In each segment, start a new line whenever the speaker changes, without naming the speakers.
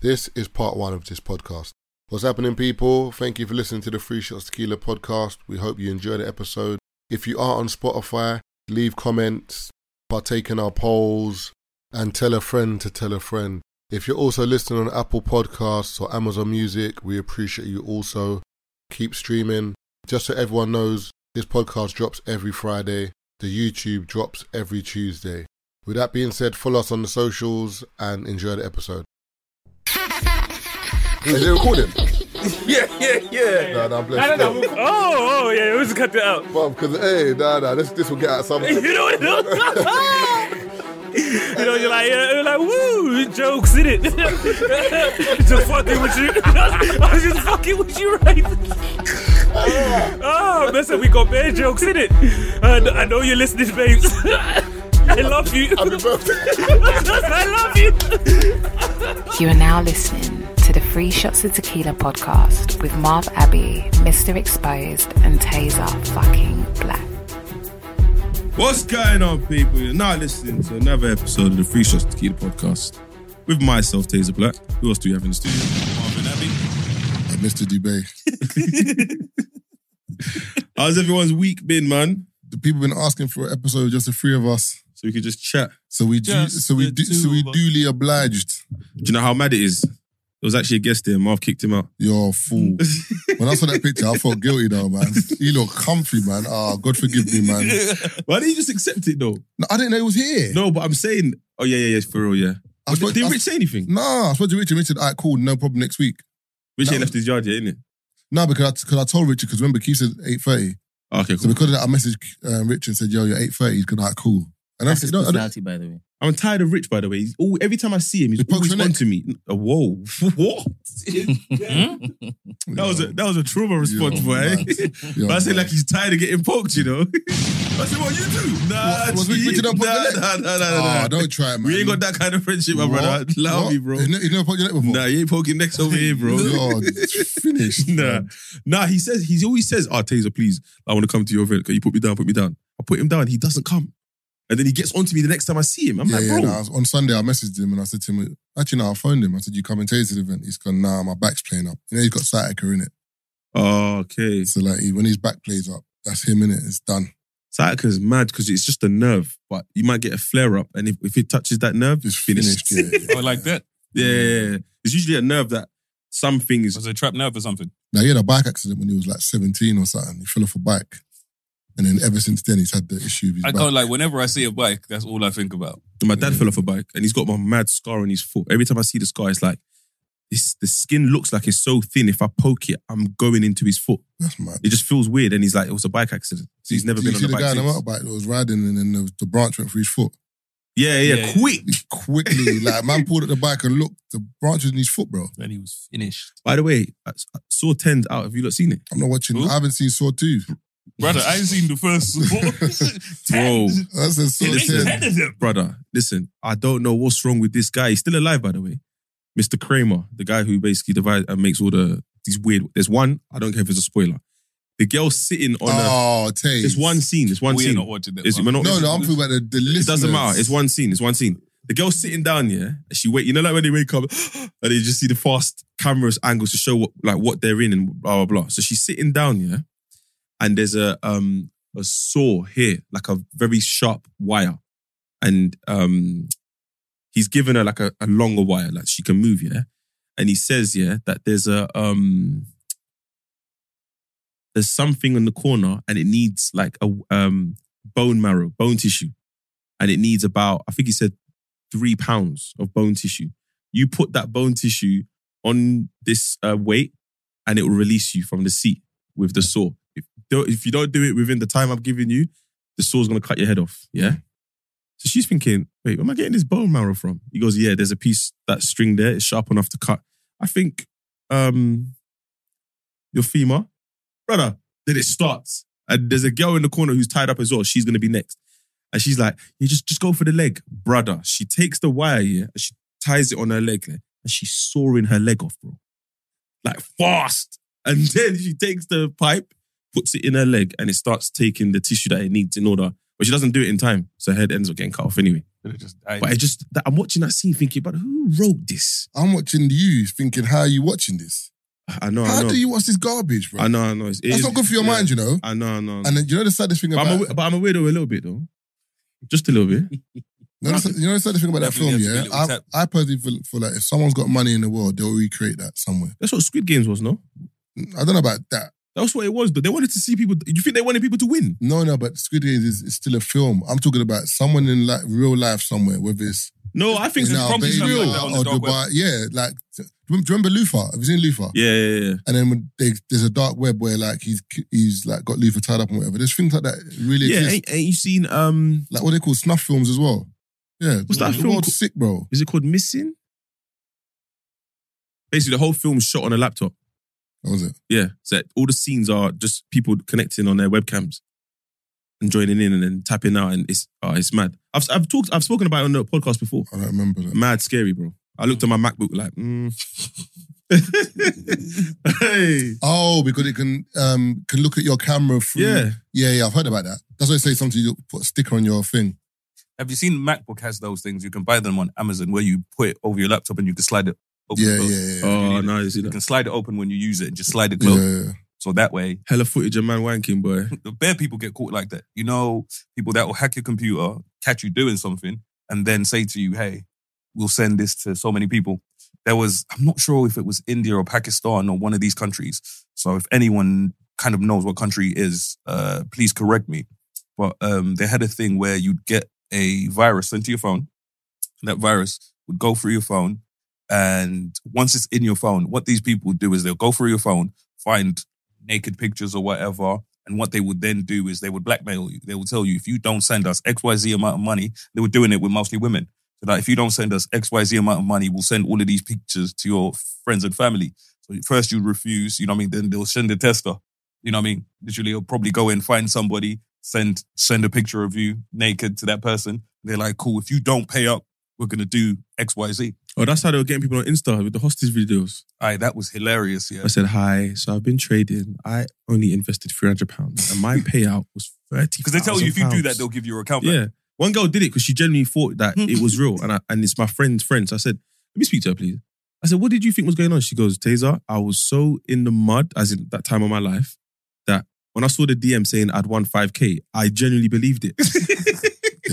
This is part one of this podcast. What's happening, people? Thank you for listening to the Free Shots Tequila podcast. We hope you enjoy the episode. If you are on Spotify, leave comments, partake in our polls, and tell a friend to tell a friend. If you're also listening on Apple Podcasts or Amazon Music, we appreciate you also. Keep streaming. Just so everyone knows, this podcast drops every Friday. The YouTube drops every Tuesday. With that being said, follow us on the socials and enjoy the episode. Is it recording?
Yeah, yeah, yeah.
Nah, nah, I'm blessed.
Oh, oh, yeah, we just cut that out.
Bro, because, hey, nah, nah, this, this will get out some.
You know what You know, you're like, yeah, you're like, woo, jokes in it. just fucking with you. I was just fucking with you, right? oh, listen, we got bad jokes in it. And I know you're listening, babes. I love you.
Happy birthday.
I love you.
You are now listening to the Free Shots of Tequila podcast with Marv Abbey, Mr. Exposed, and Taser fucking Black.
What's going on, people? You're now listening to another episode of the Free Shots Tequila podcast with myself, Taser Black. Who else do we have in the studio? Marvin Abbey.
Mr. Dubay.
How's everyone's week been, man?
The people been asking for an episode, just the three of us.
So we could just chat.
So we do,
Just
so we
the
do,
two
so we
of us.
duly obliged.
Do you know how mad it is? There was actually a guest there. Marv kicked him out.
You're a fool. when I saw that picture, I felt guilty though, man. You look comfy, man. Ah, God forgive me, man.
Um, Why didn't you just accept it though?
No, I didn't know he was here.
No, but I'm saying, oh yeah, yeah, yeah, for real, yeah.
I spoke,
Did, did
I,
Rich say anything?
nah, I spoke to Richard. Richard, all right, cool, no problem next week.
Rich
no.
ain't left his yard yet, innit?
No, because I, because I told Richard, because remember, Keith said 8.30.
Oh, Okay,
So
cool.
because of that, I messaged um, Richard and said, yo, you're 8.30. He's going, all right, cool. And I
That's
said,
his
no, I don't-
personality, by the way.
I'm tired of Rich, by the way. He's all, every time I see him, he's
He pokes
always
your neck.
on to me. Uh, Whoa, what? That was a that was a trauma response,
Yo,
boy.
man. Yo,
but I said
man.
like he's tired of getting poked, you know. I said, what you do? Nah,
What- was we- we
gee,
did not poke
nah,
your
nah, nah, nah, nah,
Ah,
nah.
don't try it, man.
we ain't got that kind of friendship, my
What?
brother. Allow
What?
me, bro.
You ne- you never poked your neck before?
Nah, you ain't poking necks over here, bro.
Yo, finished.
nah,
man.
nah. He says he always says, "Ah, Taser, please, I want to come to your event. Can you put me down? Put me down." I put him down. He doesn't come, and then he gets onto me the next time I see him. I'm
Yeah,
like,
yeah,
bro,
nah, on Sunday, I messaged him and I said to him, actually, no, I phoned him. I said, you come and taste the event. He's gone, nah, my back's playing up. You know, he's got sciatica in it.
oh, okay.
So, like, he, when his back plays up, that's him in it. It's done.
Sciatica's mad because it's just a nerve, but you might get a flare up, and if, if it touches that nerve,
It's
it's
finished. yeah, yeah,
Oh, like that?
Yeah, yeah, yeah. It's usually a nerve that something is.
Was it a trap nerve or something?
Now, he had a bike accident when he was like 17 or something. He fell off a bike. And then ever since then, he's had the issue of his
I
back.
can't like whenever I see a bike, that's all I think about.
My dad fell off a bike and he's got my mad scar on his foot. Every time I see the scar, it's like it's, the skin looks like it's so thin. If I poke it, I'm going into his foot.
That's mad.
It just feels weird. And he's like, it was a bike accident. So he's never
Do you
been on
see
a
the guy on
bike.
the
since.
motorbike that was riding and then the, the branch went through his foot?
Yeah, yeah,
Yeah.
quick.
He quickly, like, man pulled at the bike and looked, the branch was in his foot, bro.
Then he was finished.
By the way, I I saw 10 out. Have you not seen it?
I'm not watching.
Who?
I haven't seen Saw 2.
Brother, I ain't seen the first
Bro.
I said Saw
Yeah, listen.
10.
Brother, listen, I don't know what's wrong with this guy. He's still alive, by the way. Mr. Kramer, the guy who basically divides and makes all the these weird. There's one, I don't care if it's a spoiler. The girl sitting on a
Oh, Tay.
It's one scene. It's one
We're
scene.
not watching that.
It's-
one.
we're not-
No, no, I'm talking about the, the
it
listeners.
doesn't matter. It's one scene. It's one scene. The girl's sitting down, yeah. and She wait. You know, like when they wake up, and they just see the fast cameras angles to show what, like, what they're in and blah blah blah. So she's sitting down, yeah. And there's a um a saw here, like a very sharp wire, and um he's given her like a, a longer wire, like she can move, yeah. And he says, yeah, that there's a um there's something in the corner, and it needs like a um bone marrow, bone tissue, and it needs about, I think he said three pounds of bone tissue. You put that bone tissue on this uh, weight and it will release you from the seat with the saw. If, don't- if you don't do it within the time I've given you, the saw's going to cut your head off. Yeah. So she's thinking, wait, where am I getting this bone marrow from? He goes, yeah, there's a piece, that string there, it's sharp enough to cut. I think um, your femur, brother, then it starts. And there's a girl in the corner who's tied up as well. She's going to be next. And she's like, you just, just go for the leg, brother. She takes the wire here and she ties it on her leg yeah, and she's sawing her leg off, bro. Like fast. And then she takes the pipe, puts it in her leg, and it starts taking the tissue that it needs in order. But she doesn't do it in time. So her head ends up getting cut off anyway.
They're just, I,
But I just that I'm watching that scene thinking, but who wrote this?
I'm watching you thinking, how are you watching this?
I know,
how
I know.
do you watch this garbage, bro?
Oh, I know, I know. It's,
That's not good for your mind, you know?
I know, I know. I know.
And then, you know the saddest thing
but,
about
I'm a, but I'm a weirdo a little bit though. Just a little bit.
you know, the, you know the saddest thing about that film,
Definitely has
yeah?
to be a
I,
little
I personally feel, feel like if someone's got money in the world, they'll recreate that somewhere.
That's what Squid Games was, no?
I don't know about that.
That's what it was, though. They wanted to see people. You think they wanted people to win?
No, no, but Squid Games is, is still a film. I'm talking about someone in like real life somewhere, whether it's
No, I think
in
it's
so.
probably
Albania
something
or,
like that on the
or
dark
Dubai. Yeah, like do you remember Lufa? Have you seen Lufa?
Yeah, yeah, yeah.
And then when they, there's a dark web where like he's he's like got Lufa tied up and whatever. There's things like that really
Yeah, eh.
exist.
ain't, ain't you seen? Um,
Like what they call snuff films as well. Yeah,
What's that
the
film
world's
called?
sick, bro.
is it called Missing? Basically, the whole film shot on a laptop.
That was it.
Yeah, so that all the scenes are just people connecting on their webcams and joining in and then tapping out, and it's oh, it's mad. I've I've talked I've spoken about it on the podcast before.
I don't remember that.
Mad scary, bro. I looked at my MacBook like, mm. hey,
Oh, because it can um can look at your camera through.
yeah.
yeah, yeah. I've heard about that. That's why I say something. You put a sticker on your thing.
have you seen MacBook has those things? You can buy them on Amazon where you put it over your laptop and you can slide it open.
Yeah, yeah,
close.
yeah. yeah.
Oh,
need
no, you see
You
that?
can slide it open when you use it and just slide it
yeah,
closed.
yeah.
So that way,
Hella footage of man wanking, boy.
the bare people get caught like that. You know, people that will hack your computer, catch you doing something, and then say to you, hey, we'll send this to so many people. There was, I'm not sure if it was India or Pakistan or one of these countries. So if anyone kind of knows what country it is, uh, please correct me. But um, they had a thing where you'd get a virus sent to your phone. That virus would go through your phone. And once it's in your phone, what these people do is they'll go through your phone, find naked pictures or whatever. And what they would then do is they would blackmail you. They would tell you, if you don't send us XYZ amount of money, they were doing it with mostly women. So that if you don't send us XYZ amount of money, we'll send all of these pictures to your friends and family. So first you refuse, you know what I mean? Then they'll send a tester. You know what I mean? Literally, he'll probably go and find somebody, send send a picture of you naked to that person. They're like, cool, if you don't pay up, we're gonna do XYZ.
Oh, that's how they were getting people on Insta with the hostage videos.
Aye, that was hilarious, yeah.
I said, hi, so I've been trading. I only invested £300 and my payout was 30
Because they tell you if you do that, they'll give you your account back.
Yeah. One girl did it because she genuinely thought that it was real. And I, and it's my friend's friend. So I said, let me speak to her, please. I said, what did you think was going on? She goes, Taser, I was so in the mud, as in that time of my life, that when I saw the DM saying I'd won 5K, I genuinely believed it.
Yeah,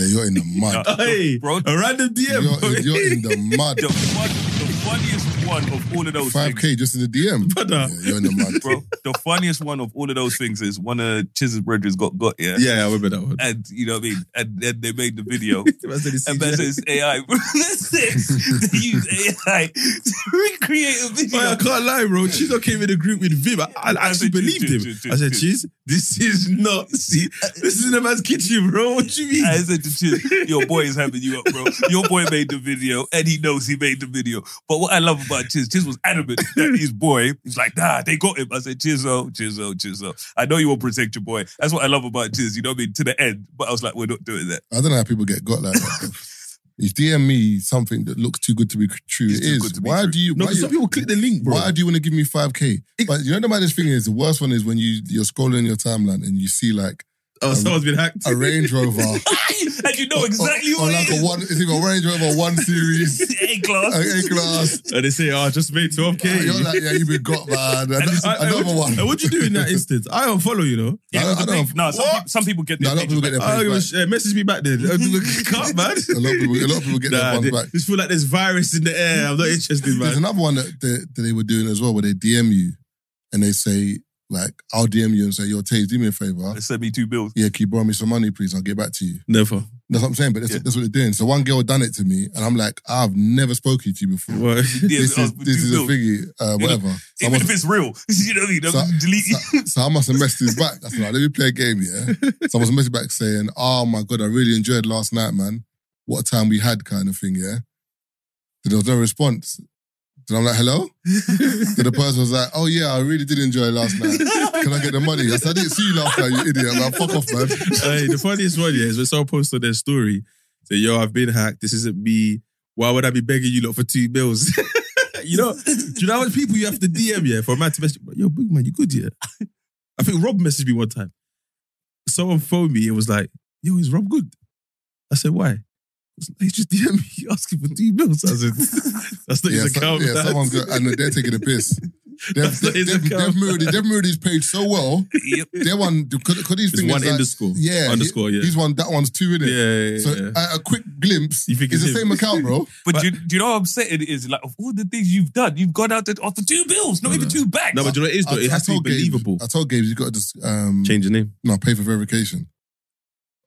you're in the mud.
hey,
Bro,
a random DM.
you're, you're in the mud.
The, fun, the funniest one of all of those
Five
things,
k just in the DM.
Brother.
Yeah, you're in the mud.
bro. The funniest one of all of those things is one of Chiz's brethren's got got yeah,
Yeah, I remember that one.
and you know what I mean. And then they made the video,
I said, "It's
and that's
CGI."
it's AI. bro. That's it. they use AI to recreate a video.
Boy, Oh, I can't lie, bro. Chizo came in the group with Vim. I, I
I
actually
said,
believed
"Dude,
him.
dude, dude,
I said,
dude."
Chiz, this is not. See, this is in a man's kitchen, bro. What you mean?
I said to Chiz, your boy is having you up, bro. Your boy made the video and he knows he made the video. But what I love about Chiz, Chiz was adamant that his boy, he's like, nah, they got him. I said, Chizzo, Chizzo, Chizzo. I know you will protect your boy. That's what I love about Chiz, you know what I mean? To the end. But I was like, we're not doing that.
I don't know how people get got like that. If DM me something that looks too good to be true,
It's
it
too
is.
good to be
Why
true.
do you?
no,
why
'cause
you-
some people click the link, bro.
Why do you want to give me five k? But you know the maddest thing is the worst one is when you you're scrolling your timeline and you see like
oh, someone's been hacked.
a Range Rover
and you
Oh,
know exactly
or, or
what
like
it
a
is.
one. It's either a Range Rover one series,
A class.
an A class.
and they say, oh, I just made 12K.
You're like, yeah, you've been got, man.
And it's- I- I-
Another
what-
one.
And what you do in that instance? I don't follow, you know.
I don't- I don't-
no, some,
What?
peop- some people get
No,
their
a lot of people
pictures
get their
back.
I don't give a
phones
sh- eh, message me back then. Cut, man.
back. A lot of people, a lot of people get
Nah,
their
they-
phones back.
just feel like there's virus in the air. I'm not interested,
There's
man.
another one that they, that they were doing as well, where they DM you and they say, like, I'll DM you and say, Yo, Taze, do me a favor.
They Send me two bills.
Yeah, can you borrow me some money, please? I'll get back to you.
Never.
That's what I'm saying, but that's,
Yeah.
that's what they're doing. So one girl done it to me, and I'm like, I've never spoken to you before.
What?
Yeah,
This is
ask for
this
two
is a
bills.
thingy, uh, whatever. So I,
Even if
must,
it's real, you know what I mean?
So-
delete
so, so I must have messed this back. That's like, let me play a game, yeah. So I must have messaged back saying, "Oh my god, I really enjoyed last night, man. What a time we had, kind of thing, yeah." So there was no response. Then I'm like, "Hello." So the person was like, "Oh yeah, I really did enjoy last night. Can I get the money?" I said, "I didn't see you last night, you idiot, man. Fuck off, man."
hey, the funniest one yeah, is when someone posted their story, say, "Yo, I've been hacked. This isn't me. Why would I be begging you lot for two bills?" you know, do you know how much people you have to DM yeah for a man to message? Yo, big man, you good yeah? I think Rob messaged me one time. Someone phoned me. It was like, "Yo, is Rob good?" I said, "Why?" They just DM me asking for two bills. I said, that's not
yeah,
his
so-
account.
yeah,
man.
someone's got, and they're taking a piss. They've,
That's not
they've,
his
they've,
account.
they've, moved, they've moved his page so well.
Yep.
Their one, because these
It's
things
one
like,
underscore.
yeah, he-
Underscore, yeah.
He's one, that one's two in
yeah,
it.
yeah, yeah,
So
yeah.
at a quick glimpse,
You think
it's the
it's
same
him?
account, bro.
But,
But-
you, do you know how upsetting it is? Like, of all the things you've done, you've gone out to offer two bills, not
No,
even
no.
two bags.
no, but you know what it is, though?
I-
it
I
has to
told
be
Gabe-
believable.
I told Games you got to just um,
Change the name.
no pay for verification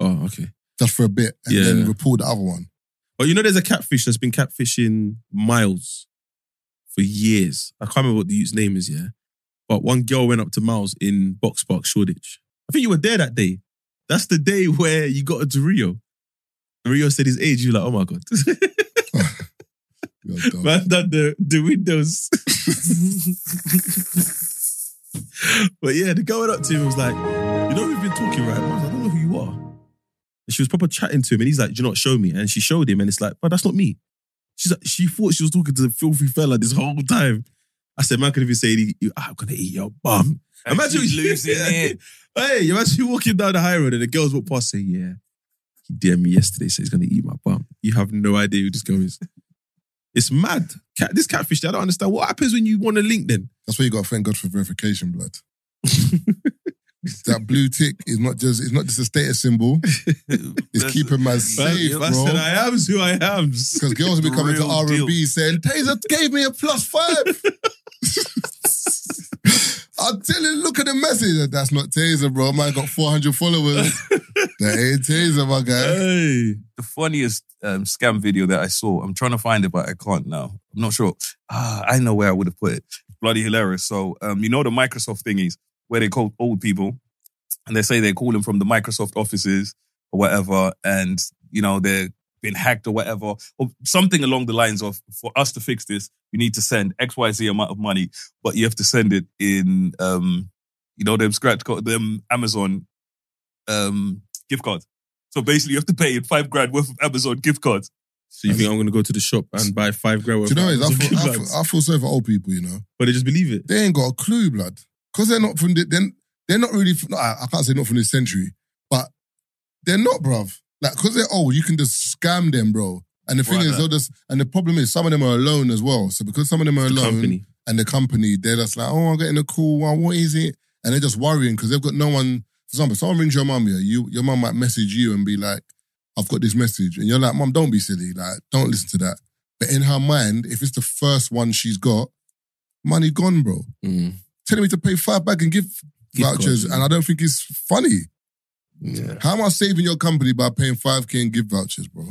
Oh, okay.
just for a bit, and
Yeah.
then report the other one.
But you know, there's a catfish that's been catfishing Miles for years. I can't remember what the youth's name is, yeah. But one girl went up to Miles in Box Park, Shoreditch. I think you were there that day. That's the day where you got her to Rio. Rio said his age. You're like, oh my god,
You're dumb.
man, done the the windows. but yeah, the girl went up to him and was like, you know, we've been talking, right? Miles, I don't know who you are. And she was proper chatting to him, and he's like, "Do you not show me?" And she showed him, and it's like, "But that's not me." She's like, she thought she was talking to the filthy fella this whole time. I said, "Man, could even say you- you- I'm gonna eat your bum."
And
imagine
she's losing it.
Hey, you imagine you walking down the high road and the girls walk past saying, "Yeah, he DM me yesterday, said he's gonna eat my bum." You have no idea who this girl is. It's mad. Cat, this catfish, I don't understand. What happens when you want to link then?
That's why you got to thank God for verification, blood. that blue tick is not just it's not just a status symbol. It's
That's-
keeping man
Man,
safe,
I said,
bro.
I am who I am.
Because girls will be coming to
Real
R and B saying, "Taser gave me a plus five. I'm telling, look at the message. That's not Taser, bro. Man got 400 followers. that ain't Taser, my guy.
Hey.
the funniest um, scam video that I saw. I'm trying to find it, but I can't now. I'm not sure. Ah, I know where I would have put it. Bloody hilarious. So, um, you know the Microsoft thingies where they call old people, and they say they call them from the Microsoft offices or whatever, and you know they're been hacked or whatever, or something along the lines of for us to fix this, you need to send X Y Z amount of money, but you have to send it in, um, you know, them scratch card, them Amazon um, gift cards. So basically, you have to pay in five grand worth of Amazon gift cards.
So you think I'm going to go to the shop and buy five grand
Do
worth
you know what it is? I feel,
of
I,
kebabs?
feel, I feel so for old people, you know.
But they just believe it.
They ain't got a clue, blood. Because they're not from the, then they're not really from, I, I can't say not from this century, but they're not, bruv. Like, because they're old, you can just scam them, bro. And the thing
Right,
is,
man.
they'll just, and the problem is, some of them are alone as well. So because some of them are
The
alone
company.
and the company, they're just like, oh, I'm getting a call. Well, what is it? And they're just worrying because they've got no one. For example, someone rings your mum, yeah, you, your mum might message you and be like, I've got this message. And you're like, mum, don't be silly. Like, don't listen to that. But in her mind, if it's the first one she's got, money gone, bro.
Mm.
Telling me to pay five back and give
Gift
vouchers.
cards.
And I don't think it's funny.
Yeah.
How am I saving your company by paying 5K and give vouchers, bro?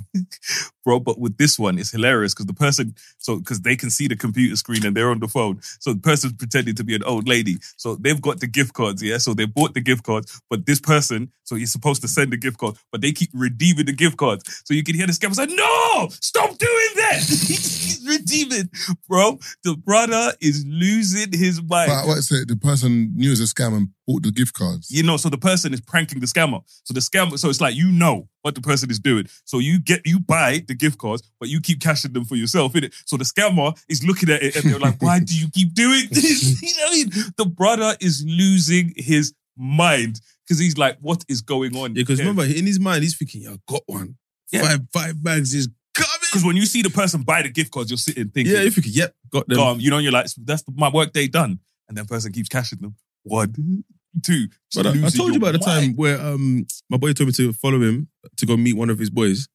bro. But with this one, it's hilarious because the person, so because they can see the computer screen and they're on the phone, so the person's pretending to be an old lady. So they've got the gift cards, yeah. So they bought the gift cards, but this person, so he's supposed to send the gift card, but they keep redeeming the gift cards. So you can hear the scammer say, "No, stop doing that." he's redeeming, bro. The brother is losing his mind.
But what is it? The person knew it was a scam and bought the gift cards.
You know, so the person is pranking the scammer. So the scammer, so it's like you know what the person is doing. So you get you buy the gift cards, but you keep cashing them for yourself, innit? So the scammer is looking at it and they're like, why do you keep doing this? you know what I mean? The brother is losing his mind because he's like, what is going on?
Because remember, in his mind, he's thinking, yeah, I got one.
Yeah.
Five, five bags is
because
coming.
when you see the person buy the gift cards, you're sitting thinking,
Yeah, if you could, yep, got them.
"Calm," you know, and you're like, that's my work day done. And that person keeps cashing them. One, two. Just
But I, I
losing
told you
your
about the
mind.
time where um my boy told me to follow him to go meet one of his boys,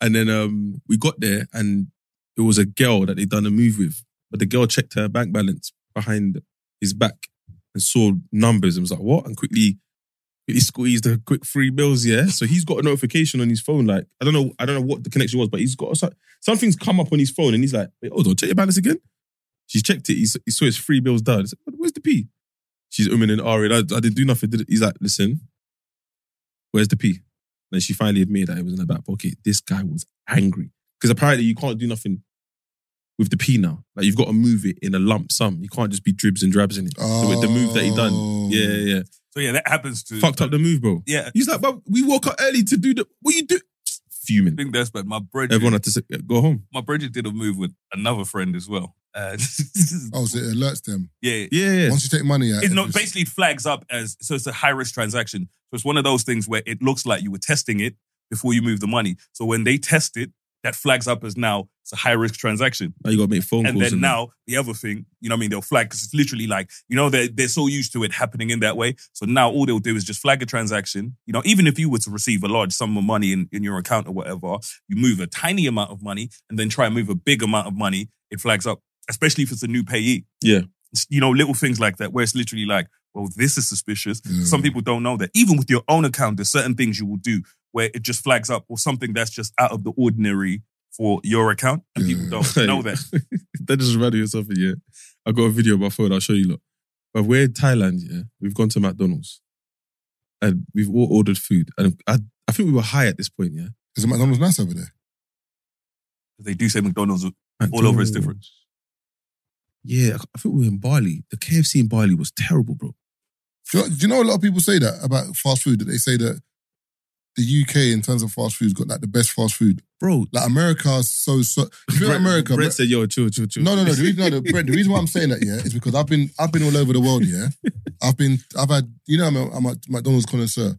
and then um we got there and it was a girl that they done a move with, but the girl checked her bank balance behind his back and saw numbers and was like, "What?" and quickly. He squeezed a quick three bills, yeah. So he's got a notification on his phone. Like I don't know, I don't know what the connection was, but he's got so- something's come up on his phone, and he's like, "Wait, hold on, check your balance again." She's checked it. He, s- he saw his three bills down. He's like, Where's the P? she's umming and ahhing. I, I didn't do nothing. Did it? He's like, listen, where's the P? And she finally admitted that it was in her back pocket. This guy was angry because apparently you can't do nothing with the P now. Like you've got to move it in a lump sum. You can't just be dribs and drabs in it. So with the move that he done,
Oh.
yeah, yeah, yeah.
So yeah, that happens to
fucked up the move, bro.
Yeah,
He's like, but we woke up early to do the. What you do?
I
Fuming.
think that's bad. My Bridget,
Everyone had to say, go home.
my Bridget did a move with another friend as well. Uh,
Oh, so it alerts them.
yeah,
Yeah, yeah.
Once you take money out.
it's not basically it flags up as so it's a high risk transaction. So it's one of those things where it looks like you were testing it before you move the money. So when they test it, that flags up as now it's a high risk transaction.
Now you got to make phone
And
calls.
then now the other thing, you know what I mean? They'll flag because it's literally like, you know, they're, they're so used to it happening in that way. So now all they'll do is just flag a transaction. You know, even if you were to receive a large sum of money in, in your account or whatever, you move a tiny amount of money and then try and move a big amount of money, it flags up, especially if it's a new payee.
Yeah.
It's, you know, little things like that where it's literally like, well, this is suspicious.
Mm.
Some people don't know that. Even with your own account, there's certain things you will do where it just flags up or something that's just out of the ordinary for your account and people
Yeah.
don't know that.
that just reminded me of something, yeah. I got a video on my phone, I'll show you lot. But we're in Thailand, yeah. We've gone to McDonald's and we've all ordered food. And I, I think we were high at this point, yeah.
Is the McDonald's nice over there?
They do say McDonald's all over is different.
McDonald's. Yeah, I- I think we were in Bali. The KFC in Bali was terrible, bro.
Do you, know, do you know a lot of people say that about fast food? That they say that the UK, in terms of fast food, has got like the best fast food.
Bro,
Like America's so so. If you're in
Brett-
America,
Brett said, yo, chill, chill, chill.
No, no, no. The reason, no, the, Brett, the reason why I'm saying that, yeah, is because I've been I've been all over the world, yeah. I've been I've had you know I'm a, I'm a McDonald's connoisseur.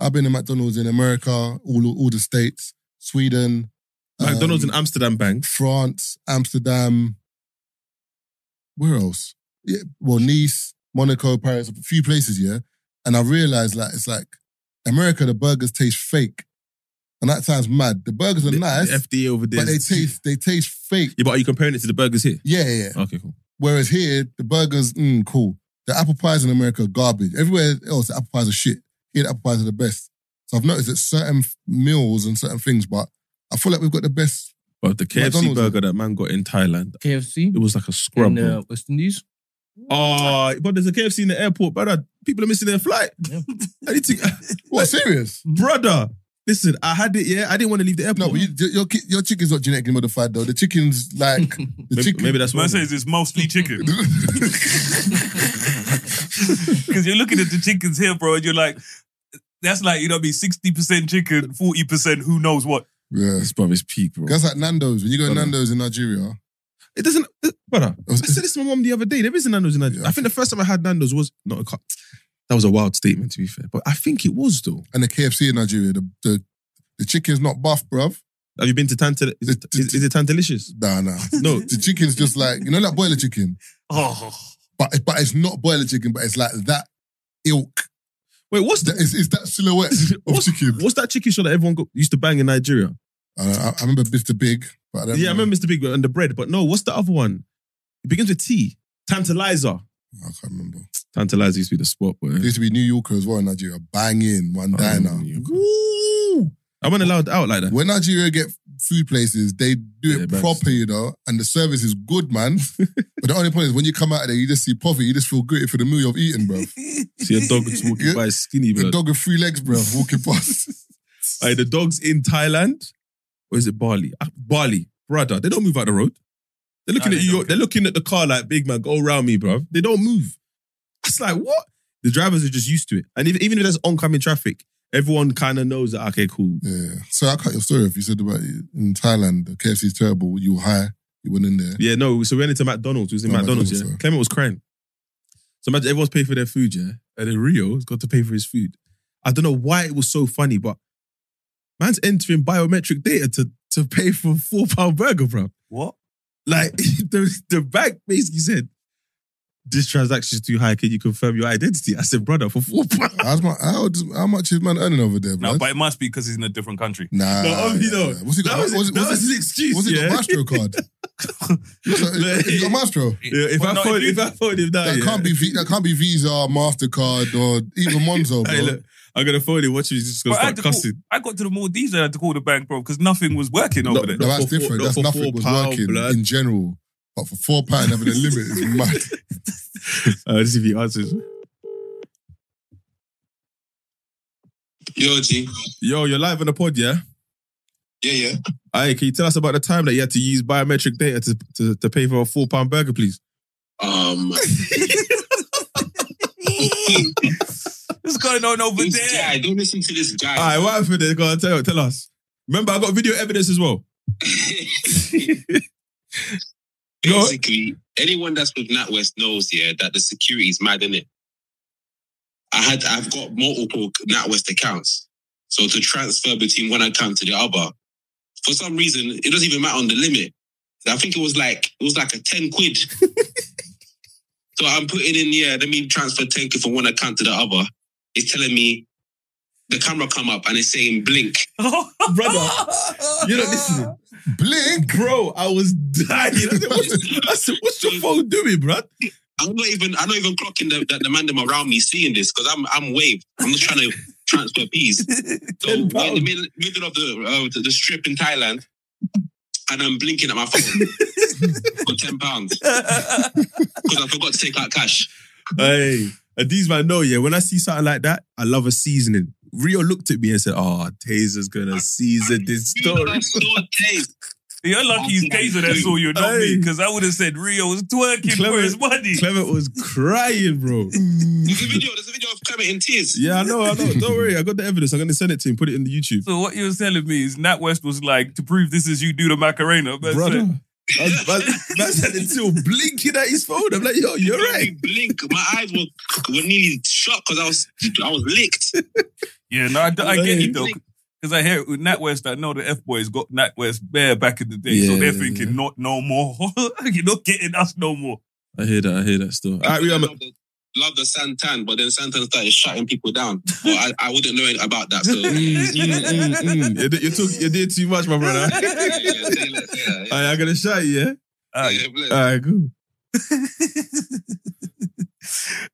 I've been to McDonald's in America, all all the states, Sweden,
McDonald's
um,
in Amsterdam Bank.
France, Amsterdam. Where else? Yeah, well, Nice, Monaco, Paris, a few places, yeah. And I realized like it's like America, the burgers taste fake, and that sounds mad. The burgers are
The-
nice,
The FDA over there.
but they
is-
taste they taste fake.
Yeah, but are you comparing it to the burgers here?
Yeah, yeah. yeah.
Okay, cool.
Whereas here, the burgers, mm, cool. The apple pies in America are garbage. Everywhere else, the apple pies are shit. Here, the apple pies are the best. So I've noticed that certain f- meals and certain things, but I feel like we've got the best.
But the KFC
McDonald's,
burger that man got in Thailand,
KFC
it was like a scrub.
in
bro.
uh, West Indies.
Oh, but there's a KFC in the airport, brother. People are missing their flight.
Yeah.
I need to,
What, serious?
brother. Listen, I had it. Yeah, I didn't want to leave the airport.
No, but you, your, ki- your chicken's not genetically modified, though. The chicken's like. The
maybe,
chicken.
maybe that's
Man
what.
says it's mostly chicken. Because you're looking at the chickens here, bro, and you're like, that's like, you know what I mean, 60% chicken, 40% who knows what.
yeah.
This brother is peak, bro.
That's like Nando's. When you go to
Hold on.
Nando's in Nigeria, oh,
It doesn't, uh, brother. I
Was-
said this to my mom the other day. There is a Nando's in Nigeria.
Yeah.
I think the first time I had Nando's was not a cut. That was a wild statement, to be fair. But I think it was though.
and the KFC in Nigeria, the, the, the chicken's not buff, bruv.
Have you been to Tantal? Is, it- is, is it Tantalicious?
Nah, nah.
No,
The chicken's just like, you know, like boiler chicken.
Oh,
But, but it's not boiler chicken, but it's like that ilk.
wait, what's
That
that?
is, is that silhouette of
What's,
chicken.
what's that chicken show that everyone got, used to bang in Nigeria?
Uh, I, I remember Mr. Big, but I don't
Yeah, I remember Mr. Big and the bread, but no, what's the other one? It begins with T. Tantalizer.
I can't remember.
Tantalizer used to be the spot, but
There used to be New Yorker as well in Nigeria, banging
Oh,
one diner.
Woo! I wasn't allowed out like that.
When Nigeria get food places, they do
Yeah,
it
man.
proper, you know, and the service is good, man. but the only point is when you come out of there, you just see poverty, you just feel guilty for the meal you've eaten, bro.
See a dog is walking
Yeah.
by skinny,
The
bro.
dog with three legs, bro, walking past.
Aye, the dog's in Thailand, or is it Bali? Ah, Bali, brother. They don't move out the road. They're looking
No,
at
they
you.
don't.
They're looking at the car like, big man, go around me, bro. They don't move. It's like what? The drivers are just used to it, and if, even if there's oncoming traffic, everyone kind of knows that. Okay, cool.
yeah. So I cut your story off. You said about it in Thailand, the KFC is terrible. You were high, you went in there.
Yeah, no. So we went into McDonald's. We was in
Oh,
McDonald's.
McDonald's,
yeah,
yeah.
Clement was crying. So imagine everyone's paying for their food. Yeah, and then Rio has got to pay for his food. I don't know why it was so funny, but man's entering biometric data to to pay for a four pound burger, bro.
what?
Like the the bank basically said, "This transaction's too high. Can you confirm your identity?" I said, "Brother, for four pound."
How's my, how, does- how much is man earning over there, bro?
No, but it must be because he's in a different country.
nah.
No, obviously not.
What's he
That
got?
was,
what's-
that
what's-
was his excuse.
Was it
yeah?
got Maestro card? You got- you got Maestro.
Yeah, if,
But
I
no,
phone,
you-
if I phone him now,
That
yeah.
can't be v- that can't be Visa, Mastercard, or even Monzo, bro.
Hey, look, I'm gonna phone him. Watch him. He's just gonna
But I had
start
to call-
cussing.
I got to the Maldives and I had to call the bank, bro, because nothing was working
No,
over there.
no, that's
for four-
different.
not
That's
for
nothing
four
was
pound,
working
blood.
in general. But for four pound having a limit is mad.
Uh, let's see if he answers.
Yo, G.
Yo, you're live on the pod, yeah?
Yeah, yeah.
Hey, can you tell us about the time that you had to use biometric data to, to, to pay for a four pound burger, please?
Um,
What's going on over
this
there?
guy, don't listen to this guy.
All right, what happened there? Go on, tell, tell us. Remember, I got video evidence as well. Go-
Basically, anyone that's with NatWest knows, yeah, that the security is mad, innit? I had, I've got multiple NatWest accounts. So to transfer between one account to the other, for some reason, it doesn't even matter on the limit. I think it was like it was like a ten quid. so I'm putting in yeah. Let me transfer ten quid from one account to the other. It's telling me the camera come up and it's saying blink.
brother. You're not listening,
Blink.
bro. I was dying. I said, what's, I said, what's your phone doing, bro?
I'm not even I'm not even clocking the, that the man them around me seeing this because I'm I'm waved. I'm just trying to transfer peas. So
Ten
we're in the
pounds.
middle, middle of the, uh, the the strip in Thailand, and I'm blinking at my phone for ten pounds because I forgot to take out cash.
Hey, and these man know, yeah. When I see something like that, I love a seasoning. Rio looked at me and said, "Oh, Taser's gonna season this
You know,
story."
I still taste.
You're lucky it's Taser that saw you, not me,
Hey.
because I would have said Rio was twerking
Clever.
for his money.
Clement was crying, bro.
There's a video. There's a video of Clement in tears.
Yeah, I know, I know. Don't worry, I got the evidence. I'm gonna send it to him. Put it in the YouTube,
So what you're telling me is Nat West was like, to prove this is you do the Macarena. That's
brother. I
it.
was- Man man said it's still blinking at his phone. I'm like, yo, you're
Made
right.
me Blink. My eyes were were nearly shut because I was I was licked.
Yeah, no, I, d- I get
Hey.
it though. Because I hear it with Nat West, I know the F boys got Nat West bare back in the day. so
Yeah,
they're
yeah,
thinking, not no more. You're not getting us no more.
I hear that. I hear that still. All right, Rio, I'm-
love, the, love the Santan, but then Santan started shutting people down. But I, I wouldn't know it about that. So yeah,
Mm, mm, mm, mm. You're, you're, talk, you're doing too much, my brother.
yeah, yeah, yeah, yeah.
All right, I'm gonna shout you. Yeah.
Ah,
Yeah, bless.
All right, cool.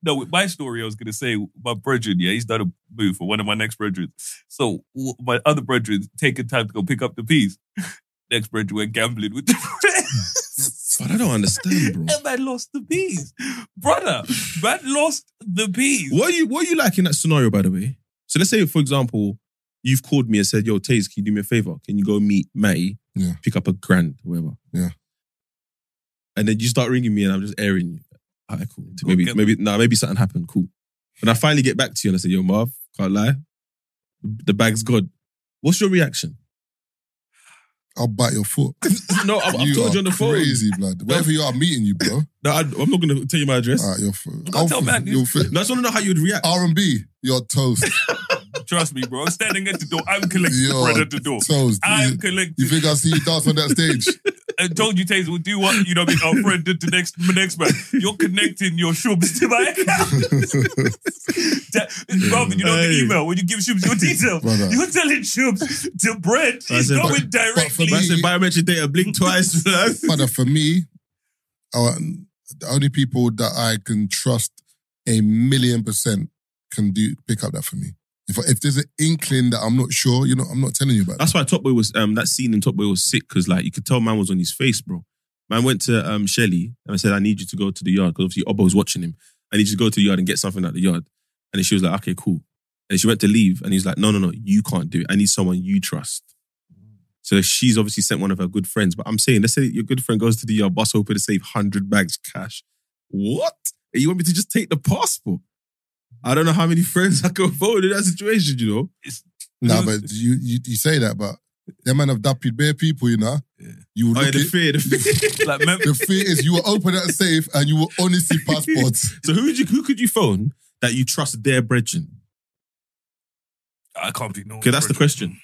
no, with my story, I was going to say my brethren, yeah, he's done a move for one of my next brethren. So w- my other brethren taking time to go pick up the piece. Next brethren went gambling with the friends.
But I don't understand, bro.
and man lost the piece. Brother, man lost the piece.
What are you what are you like in that scenario, by the way? So let's say, for example, you've called me and said, Yo, Taze, can you do me a favor? Can you go meet Matty?
Yeah.
Pick up a grand, whatever.
Yeah.
And then you start ringing me and I'm just airing you. All right, cool.
Go
maybe,
get
maybe, nah, maybe something happened. Cool. And I finally get back to you and I say, Yo, Marv, can't lie. The bag's gone. What's your reaction?
I'll bite your foot.
no, I've, I've told
are
you on the phone.
Crazy, blood. Wherever you are, I'm meeting you, bro.
No, I, am not going to tell you my address.
All right, you're. F-
tell man, dude.
you're fit.
No, I just want to know how you'd react.
R and B. You're toast.
Trust me, bro. I'm standing at the door. I'm collecting
Yo.
the bread at the door.
toast.
I'm
You-
collecting.
You think I see you dance on that stage?
I told you, Taser, we'll do what you know. What I mean, our friend did the next the next man. You're connecting your shubs to my account. That- Robin, you know
Hey.
the email when you give Shubs your details.
Brother.
You're telling Shubs the bread
I
is
said, but-
going directly.
but
Man said biometric data, blink twice.
But for me, uh, the only people that I can trust a million percent can do pick up that for me. If if there's an inkling that I'm not sure, you know, I'm not telling you about.
That's why Top Boy was um that scene in Top Boy was sick because like you could tell man was on his face, bro. Man went to um Shelly and I said, I need you to go to the yard because obviously Obbo was watching him. I need you to go to the yard and get something at the yard. And then she was like, okay, cool. And she went to leave and he's like, no, no, no, you can't do it. I need someone you trust. So she's obviously sent one of her good friends. But I'm saying, let's say your good friend goes to the yard, bus open to save 100 bags cash. What? And you want me to just take the passport? I don't know how many friends I can phone in that situation, you know?
No, but you, you you say that, but them man have dappied bare people, you know.
Yeah.
You will
Oh, yeah,
look
the
it-
fear, the fear.
like, mem-
the fear is you will open that safe and you will only see passports.
So who would you who could you phone that you trust their brethren?
I can't be known.
Okay, that's the question.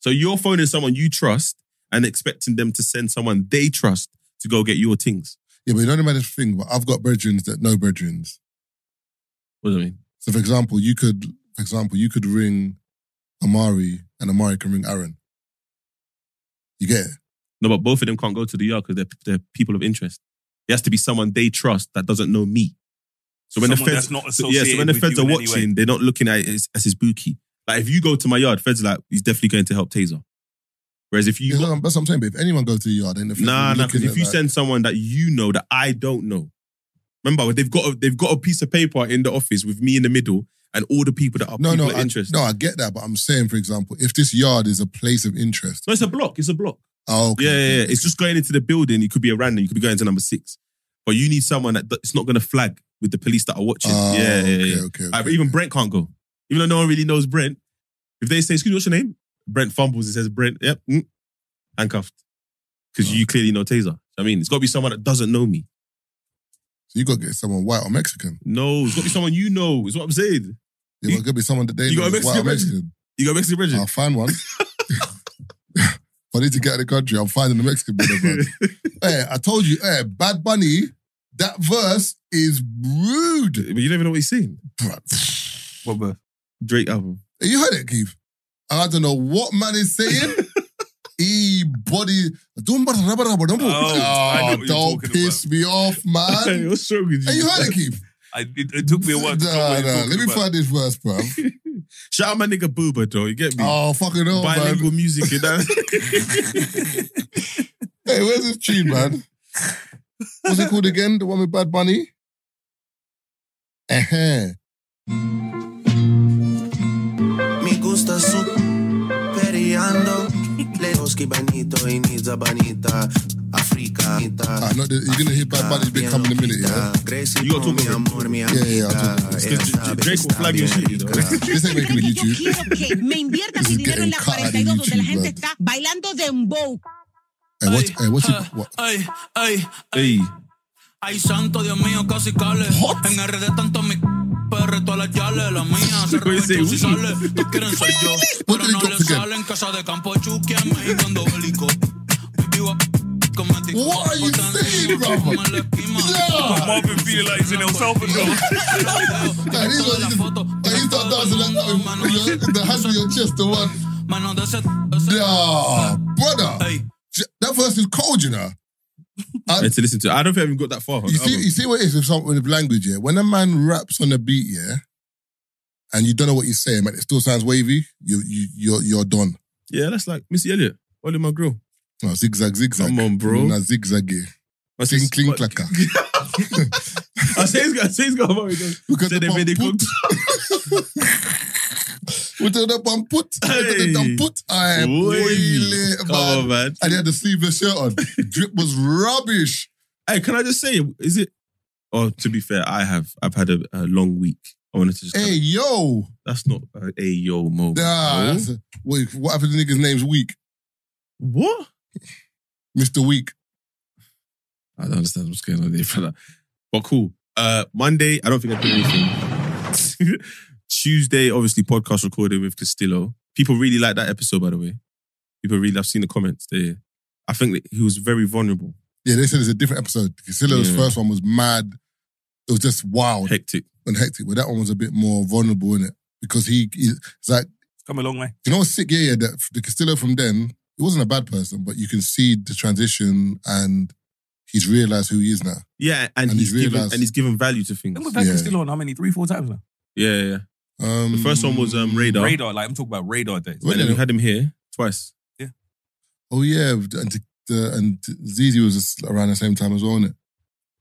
So you're phoning someone you trust and expecting them to send someone they trust to go get your things.
Yeah, but you know the maddest thing, but I've got brethren that know brethren.
What do I mean?
So for example, you could for example, you could ring Amari and Amari can ring Aaron. You get it?
No, but both of them can't go to the yard because they're, they're people of interest. It has to be someone they trust that doesn't know me. So when
Someone
the feds,
that's not
so, yeah, so when the feds
associated with you
are
in any
watching, they're not looking at it as, as his bookie. Like if you go to my yard, feds are like he's definitely going to help Taser. Whereas if you
That's
go,
what I'm- that's what I'm saying. But if anyone goes to the yard, then the
Nah, nah. Because if you
like,
send someone that you know that I don't know, remember they've got a, they've got a piece of paper in the office with me in the middle and all the people that are
no,
people
no,
of
I,
interest.
no, I get that, but I'm saying, for example, if this yard is a place of interest,
So it's a block. It's a block.
oh, okay,
Yeah, yeah, yeah.
okay.
It's just going into the building. It could be a random. You could be going to number six, but you need someone that that it's not going to flag with the police that are watching.
Oh,
yeah, yeah, yeah.
okay,
yeah.
okay,
Uh,
okay.
even Brent can't go, even though no one really knows Brent. If they say, "Excuse me, what's your name?" Brent fumbles and says, "Brent." Yep, mm, handcuffed
Ah.
because you clearly know Taser. I mean, it's got to be someone that doesn't know me.
So you got to get someone white or Mexican.
No, it's got to be someone you know. Is what I'm saying.
You got to be someone that they
You
know
got a
is white or
Mexican
Mexican.
You got Mexican
I'll
Bridget.
find one. If I need to get out of the country, I'm finding the Mexican brother, bro. hey, I told you, hey, Bad Bunny, that verse is rude.
But you don't even know what he's saying.
bruv.
What verse?
Drake album.
You heard it, Keith? I don't know what man is saying. E body, don't but rubber rubber don't.
I know what
Oh,
you're
don't
talking about.
piss me off,
Hey,
man.
what's wrong with
Uh, hey, you heard it, Keith?
I, it, it took me a while. To know
Nah,
what you're
nah,
talking
Let me
about.
find this verse, bro.
Shout out my nigga Booba, though. You get me?
oh, fucking hell, man.
Bilingual music, you know?
Hey, where's this tune, man? What's it called again? The one with Bad Bunny? Uh-huh.
Mi gusta su periando. Leoski Benito y Niza Banita. Africa.
Ah, no, you're going to hear Bad Bunny's big come in a minute, yeah?
Gracie,
You gotta talk
mi
over it.
amor, mi
yeah, yeah, I'll
amita.
talk over it.
Ella sabe
Because J- J-
que
Drake will
está
flag your
bien
shit, you know?
rica.
This ain't making a
Yo
YouTube.
quiero que me inviertas
This is
mi dinero en
getting
las
cut out of
42 donde la
YouTube,
gente
man.
está bailando dembow.
Hey, what, hey, what's your... What?
Ay, ay,
hey,
ay, santo Dios mío, casi cale. En RD tanto mi perre, todas las yales, la mía, se
Güey, ese
repechó si
Will.
sale. No quieren ser yo,
Ponte
pero
el
no
top
le
again.
salen. Casa de campo, chuki, en México, ando bélico. Vivo a- como a ti.
What are you
Botando
saying,
como
brother?
en la esquina.
Yeah.
Marvin feeling like he's in El Salvador.
Hey, these are- these are- hey, he's not dancing like that with your, the hands on your chest, the one.
Mano de ese- de ese-
Yeah, brother.
Ey,
J- That verse is cold, you know.
I had to listen to. it. I don't think I've even got that far.
You see, you see what it is with, some, with language, yeah? When a man raps on a beat, yeah, and you don't know what he's saying, but it still sounds wavy, you, you, you're, you're done.
yeah, that's like Missy Elliott. All in my grill.
No, zigzag, zigzag.
Come on, bro.
Nah, zigzaggy.
I say,
Cling, cling, clacker.
I say he's got, I say he's got a moment.
Because
Say
the
they made it
put.
good.
With the bum put. With the dumb
Hey.
put. I am really,
Come
man.
on, man.
And he had the sleeveless shirt on. Drip was rubbish.
Hey, can I just say, is it? Oh, to be fair, I have. I've had a, a long week. I wanted to just.
Hey, yo.
that's not a hey, yo moment.
Nah,
No.
that's a, wait, what happened to nigga's name's Weak?
what?
Mr. Weak.
I don't understand what's going on there, fella. But cool. Uh, Monday, I don't think I did anything. Tuesday, obviously, podcast recording with Castillo. People really like that episode, by the way. People really, I've seen the comments there. I think that he was very vulnerable,
Yeah, they said it's a different episode. Casillo's
Yeah.
first one was mad. It was just wild
hectic.
and hectic, but that one was a bit more vulnerable in it because he, he it's like
Come a long way.
you know what's sick? Yeah, yeah. That the Castillo from then, he wasn't a bad person, but you can see the transition and he's realized who he is now.
Yeah, and,
And
he's,
he's
given
realised-
and he's given value to things.
Then we've
Yeah,
had
Yeah.
this still on how many? Three, four times now.
yeah, yeah.
Um,
The first one was um, Radar.
Radar, like I'm talking about radar days.
Wait,
And then we had him here twice.
Oh yeah, and the, the, and Zizi was just around the same time as well, wasn't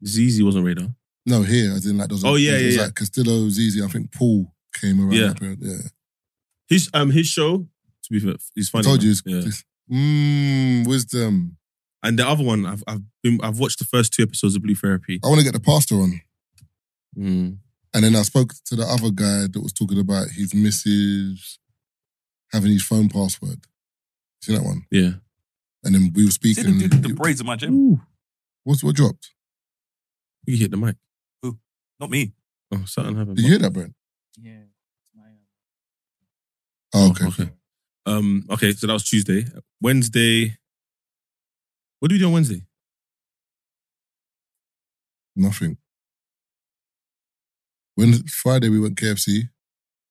it?
Zizi wasn't Radar.
No, here I didn't like those.
Oh, yeah,
it was
yeah,
like Castillo, Zizi. I think Paul came around.
Yeah.
that period, yeah.
His um his show, to be fair, he's
I
funny.
told you, it's,
Yeah.
it's- mm, wisdom.
And the other one, I've I've been I've watched the first two episodes of Blue Therapy.
I want to get the pastor on.
Mm.
And then I spoke to the other guy that was talking about his missus having his phone password. See that one?
Yeah.
And then we were
See the
speaking.
dude with the braids in my gym?
Ooh.
What's what dropped?
You hit the mic.
Not me.
Oh, something happened.
Did you hear that, Brent?
Yeah.
Oh, okay.
okay. Um, okay, so that was Tuesday. Wednesday. What do we do on Wednesday?
Nothing. When Friday we went KFC,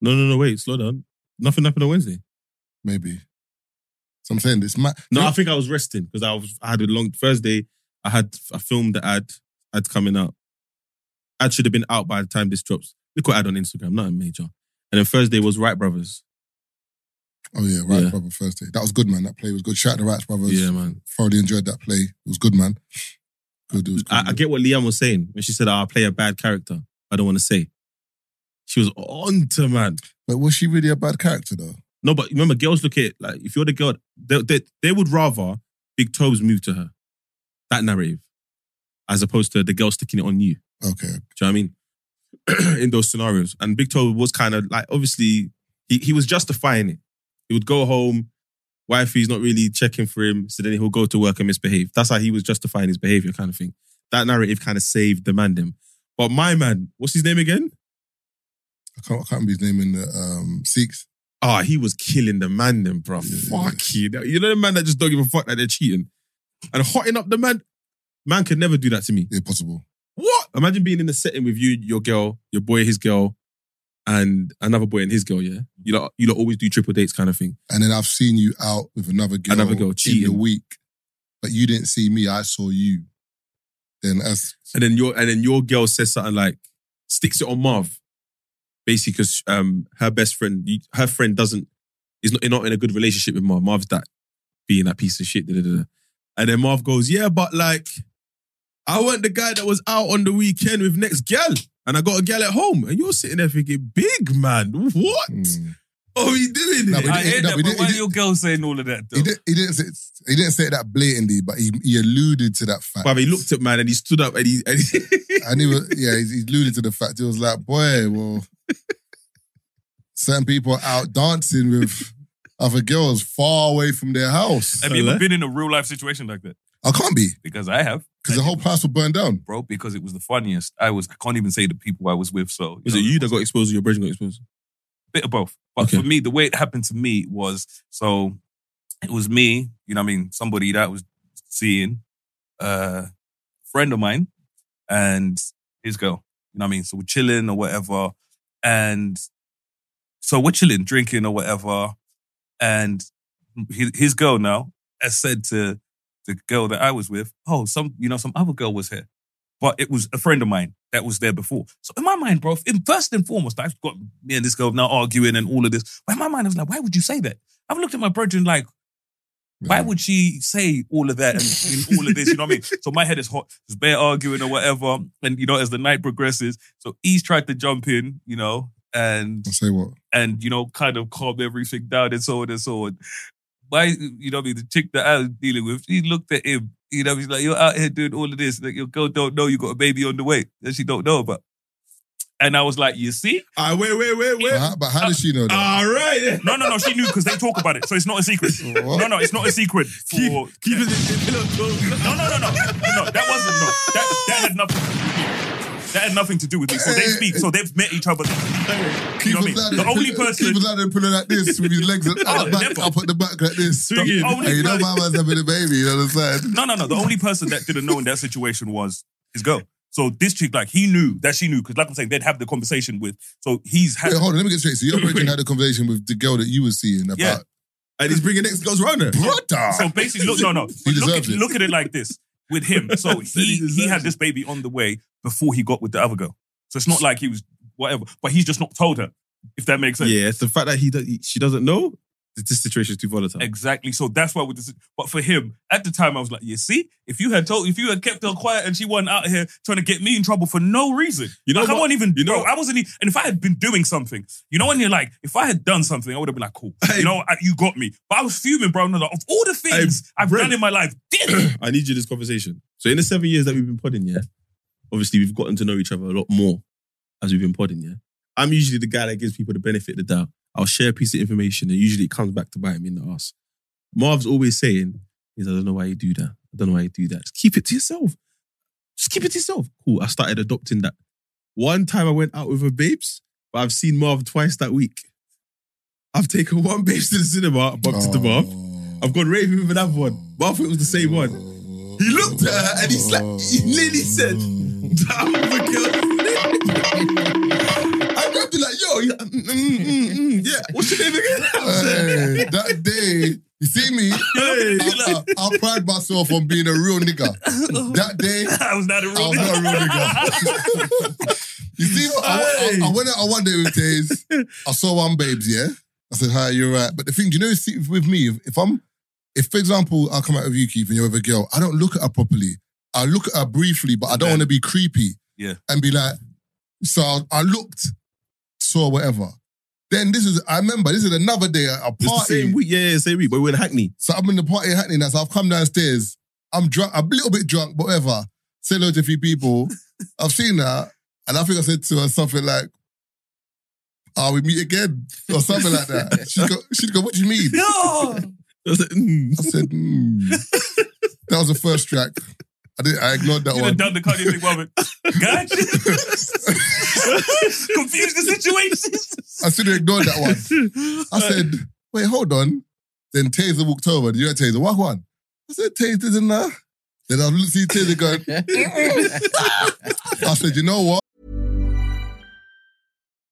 No, no, no, wait, slow down. Nothing happened on Wednesday.
maybe. So I'm saying this ma
No, I think I was resting because I was I had a long Thursday. I had a film that I'd had coming out. Ad should have been out by the time this drops. Look what I had on Instagram, not a major. And then Thursday was Wright Brothers.
Oh yeah, right,
Yeah.
brother. Thursday. That was good, man. That play was good. Shout out to Rats Brothers.
Yeah, man.
Thoroughly enjoyed that play. It was good, man. Good. It was good.
I, I get what Liam was saying when she said, "I'll play a bad character." I don't want to say. She was on to man.
but was she really a bad character though?
No, but remember, girls look at it like if you're the girl, they, they, they would rather Big Toes move to her, that narrative, as opposed to the girl sticking it on you.
Okay.
Do you know what I mean? In those scenarios. And Big Toe was kind of like, obviously, he, he was justifying it. He would go home, wifey's not really checking for him, so then he'll go to work and misbehave. That's how he was justifying his behavior, kind of thing. That narrative kind of saved the man them. But my man, what's his name again?
I can't, I can't remember his name in the um, Sikhs.
Ah, he was killing the man then, bro. Fuck you. You know the man that just don't give a fuck that they're cheating. And hotting up the man. Man could never do that to me.
Impossible.
What? Imagine being in a setting with you, your girl, your boy, his girl, and another boy and his girl, yeah? You lot, you lot always do triple dates kind of thing.
And then I've seen you out with another girl,
Another girl,
in the
cheating.
week, but you didn't see me. I saw you. Then as
And then your and then your girl says something like, sticks it on Marv. Basically, because um her best friend, you- her friend doesn't is not, not in a good relationship with Marv. Marv's that being that piece of shit. Da, da, da, da. And then Marv goes, Yeah, but like, I weren't the guy that was out on the weekend with next girl. And I got a girl at home. And you're sitting there thinking, big man, what
Mm.
are we doing
No, but
here?
he
I
didn't-
hear
no,
that,
he
but
didn't-
why
he
are your girl saying all of that though?
he, did, he didn't say he didn't say that blatantly, but he, he alluded to that fact.
But he looked at man and he stood up and he, and he
and he was, yeah, he, he alluded to the fact. He was like, boy, well, certain people are out dancing with other girls far away from their house.
Have you ever been in a real life situation like that?
I can't be
Because I have,
because the whole place will burn down.
bro. Because it was the funniest. I was. I can't even say the people I was with. So
Was it
know,
you that got exposed or your brother got exposed?
bit of both. But
Okay.
for me, the way it happened to me was so it was me, you know what I mean, somebody that was seeing uh, a friend of mine and his girl. You know what I mean? So we're chilling or whatever. And so we're chilling, drinking or whatever. And his, his girl now has said to the girl that I was with, oh, some, you know, some other girl was here. But it was a friend of mine that was there before. So in my mind, bro, in first and foremost, I've got me and this girl now arguing and all of this. But in my mind, I was like, why would you say that? I've looked at my brother and like, why would she say all of that and, and all of this? You know what I mean? So my head is hot. It's bare arguing or whatever. And you know, as the night progresses, so he's tried to jump in, you know, and
I say what?
and you know, kind of calm everything down and so on and so on. My, you know, what I mean, the chick that I was dealing with, she looked at him. You know, she's like, "You're out here doing all of this. Like, your girl don't know you got a baby on the way that she don't know about." And I was like, "You see?
Ah, wait, wait, wait, wait.
But how, but how does she know that?
All right.
No, no, no. She knew because they talk about it, so it's not a secret.
What?
No, no, it's not a secret. For,
Keep, keep it.
No, no, no, no, no. That wasn't no. That that had nothing. To do with me. That had nothing to do with me. So they speak. So they've met each other. You know what I mean?
Keith was
The
like-
only
Keith
person.
was out there pulling like this with his legs at the
Oh,
back,
never.
up at the back like this.
The
Hey,
only
you know,
bloody-
my man's having a baby. You know what I'm saying?
No, no, no. The only person that didn't know in that situation was his girl. So this chick, like, he knew that she knew because, like I'm saying, they'd have the conversation with. So he's had.
Wait, hold on. Let me get straight. So your brother had a conversation with the girl that you were seeing about
Yeah.
And he's bringing next goes round her.
brother.
So basically, look, no, no. But look, at,
deserves it.
look at it like this with him. So
Said he
he he
deserves
had this baby on the way before he got with the other girl. So it's not like he was whatever, but he's just not told her. If that makes sense.
Yeah, it's the fact that he, does, she doesn't know. that This situation is too volatile.
Exactly. So that's why with this. But for him, at the time, I was like, you see, if you had told, if you had kept her quiet and she wasn't out here trying to get me in trouble for no reason,
You know
like,
what?
I wasn't even,
You
you
know-
know, I wasn't even, and if I had been doing something, you know, when you're like, if I had done something, I would have been like, cool,
Hey.
you know, I, you got me. But I was fuming, bro. And I'm like, of all the things I've
Brent.
done in my life, this
I need you this conversation. So in the seven years that we've been podding, yeah, obviously we've gotten to know each other a lot more as we've been podding, yeah. I'm usually the guy that gives people the benefit of the doubt. I'll share a piece of information and usually it comes back to bite me in the ass. Marv's always saying, is I don't know why you do that. I don't know why you do that. Just keep it to yourself. Just keep it to yourself. Cool. I started adopting that. One time I went out with a babes, but I've seen Marv twice that week. I've taken one babes to the cinema, bumped into Marv.
Oh.
I've gone raving with another one. But I thought it was the same one. He looked at her and he slapped. He nearly said, "Damn the girl." I grabbed him like, "Yo, yeah, mm, mm, mm, mm, yeah. What's your name again?" I said,
Oh. Hey, that day, you see me? I, I, I pride myself on being a real nigga. That day,
I was not a
I
real
was not a real nigga. you see, I, I, I went out on one day with Taze. I saw one babes, yeah? I said, hi, you're right. But the thing, do you know, see, with me, if, if I'm, if for example, I come out with you, Keith, and you're with a girl, I don't look at her properly. I look at her briefly, but I don't
Yeah.
want to be creepy.
Yeah.
And be like, so I, I looked, saw whatever. Then this is, I remember, this is another day at a
It's the
party.
same week, yeah, yeah, same week. But we were in Hackney.
So I'm in the party happening now. So I've come downstairs. I'm drunk, I'm a little bit drunk, but whatever. Say hello to a few people. I've seen her, and I think I said to her something like, "Are we meet again?" or something like that. She go, she go, "What do you mean?"
No,
I was like, mm.
I said, mm. "That was the first track." I did. I ignored that
you
one.
done done the cardio thing, Robert. Gotcha. Confused the situation.
I should have ignored that one. I said, wait, hold on. Then Taser walked over. You know Taser, what one? I said, Taser's in there. Then I see Taser going, I said, you know what?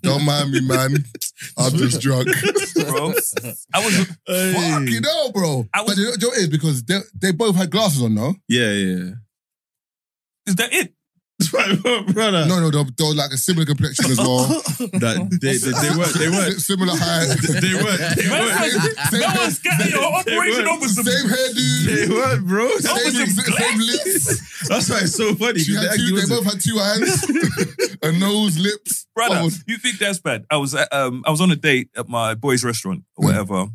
Don't mind me, man. I'm just drunk.
bro. I was
Fucking hell, bro.
I
but
was-
you know you know what it is? Because they, they both had glasses on, no?
Yeah, yeah.
is that it?
Brother.
No, no, they were, they were like a similar complexion as well.
That, they, they, they weren't. They weren't.
Similar height.
They weren't. They
Man,
weren't.
Same-
that was getting your operation
were-
officer.
Same hairdo.
They weren't, bro.
Same,
was
lips,
black.
same lips.
That's why it's so funny.
She
because
had
they
two, they
actually
both
wasn't-
had two eyes, a nose, lips.
Brother,
Oh,
you think that's bad? I was at, um I was on a date at my boy's restaurant or whatever.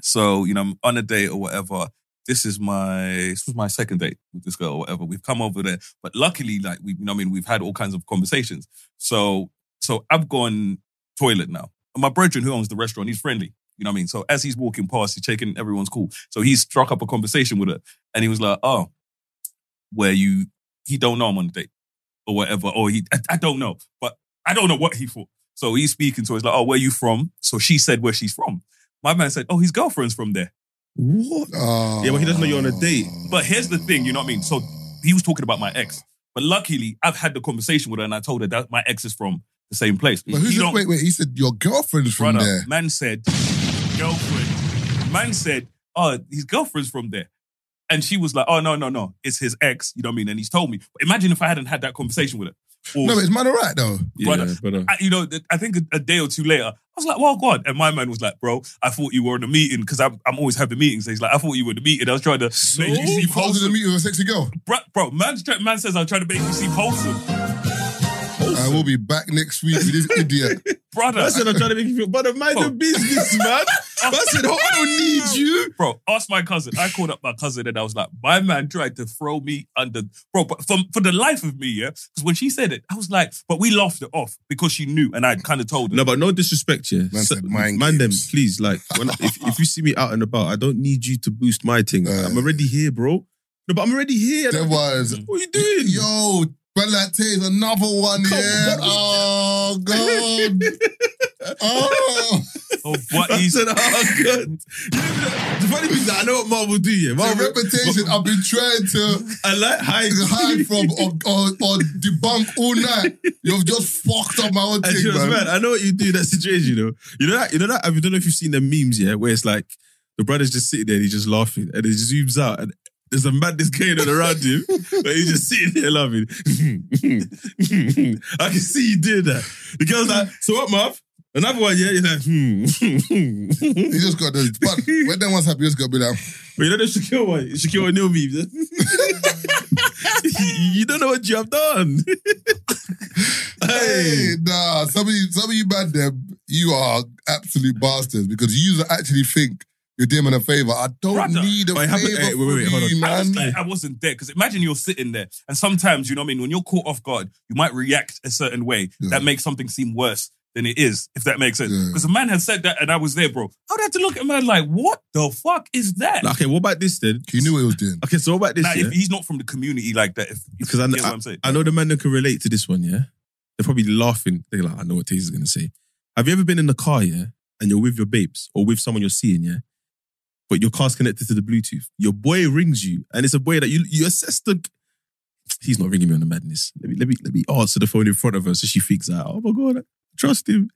so you know, I'm on a date or whatever. This is my this was my second date with this girl or whatever. We've come over there, but luckily, like we, you know, what I mean, we've had all kinds of conversations. So so I've gone toilet now. And my brethren who owns the restaurant, he's friendly. You know what I mean? So as he's walking past, he's checking everyone's cool. So he struck up a conversation with her, and he was like, "Oh, where you? He don't know I'm on a date, or whatever. Or he, I, I don't know, but I don't know what he thought. So he's speaking to us like, "Oh, where you from?" So she said where she's from. My man said, "Oh, his girlfriend's from there."
What?
oh.
Yeah, but he doesn't know you're on a date.
But here's the thing, you know what I mean? So he was talking about my ex, but luckily I've had the conversation with her and I told her that my ex is from the same place.
But who's
You
this,
don't-
wait, wait, he said your girlfriend's from
brother,
there.
man said, girlfriend. Man said, "Oh, his girlfriend's from there." And she was like, "Oh no, no, no, it's his ex." You know what I mean? And he's told me. But imagine if I hadn't had that conversation with her. Or-
No, but is man alright though?
Yeah,
Brother.
brother.
I, you know, th- I think a, a day or two later, I was like, "Well, God!" And my man was like, "Bro, I thought you were in a meeting because I'm, I'm always having meetings." He's like, "I thought you were in a meeting. I was trying to make you
He
seem
posted to
wholesome."
meet with a sexy girl.
Bro, bro man's tra- man says I'm trying to make you seem wholesome,
I will be back next week with this idiot.
brother.
I said I'm trying to make you feel. Brother, mind your
Oh.
business, man. I said I don't need you.
bro, ask my cousin. I called up my cousin and I was like, my man tried to throw me under, bro. But for, for the life of me, yeah, because when she said it, I was like, but we laughed it off because she knew, and I kind of told her.
No, but no disrespect, yeah.
Man
So-
said mind
man them,
games.
please. Like, when, if, if you see me out and about, I don't need you to boost my thing.
Uh.
I'm already here, bro. No, but I'm already here.
There was
what are you doing?
yo, Bellate is another one,
Come
yeah.
on.
Oh god. oh
Oh, what
I
he's
said, oh, good. The funny thing is that I know what Marvel do, yeah.
my
Marvel,
reputation I've been trying to
I like high.
hide from or, or, or debunk all night. You've just fucked up my own
And she
thing,
was
man.
mad. I know what you do in that situation, you know. You know that, you know that, I don't know if you've seen the memes, yeah, where it's like the brother's just sitting there and he's just laughing and it zooms out and there's a madness going on around him, but he's just sitting there laughing. I can see you doing that. The girl's like, so what, Marv? Another one, yeah, you're like, hmm.
He just got this. But when that one's happy, you just gotta be like,
but you know the Shaquille one, Shaquille O'Neal meme. you don't know what you have done.
Hey,
hey,
nah, some of you, some of you man them, you are absolute bastards because you actually think you're doing them a favor. I don't
Brother.
need a
Wait, have-
favor
hey, wait, wait, wait,
from
hold
you,
on.
I,
man.
was like, I wasn't there because imagine you're sitting there, and sometimes you know what I mean. When you're caught off guard, you might react a certain way
Yeah.
that makes something seem worse than it is. If that makes sense,
Yeah.
because a man had said that, and I was there, bro. I would have to look at man like, what the fuck is that?
okay, what about this then?
he knew what he was doing.
Okay, so what about this?
now,
yeah?
if he's not from the community like that, if
Because I
you
kn-
get what I'm saying,
I know the man that can relate to this one, yeah? They're probably laughing. They're like, I know what Taser's going to say. Have you ever been in the car, yeah? And you're with your babes or with someone you're seeing, yeah? But your car's connected to the Bluetooth. Your boy rings you and it's a boy that you, you assess the... He's not ringing me on the madness. Let me, let me, let me answer the phone in front of her so she figures out, oh my God, I trust him.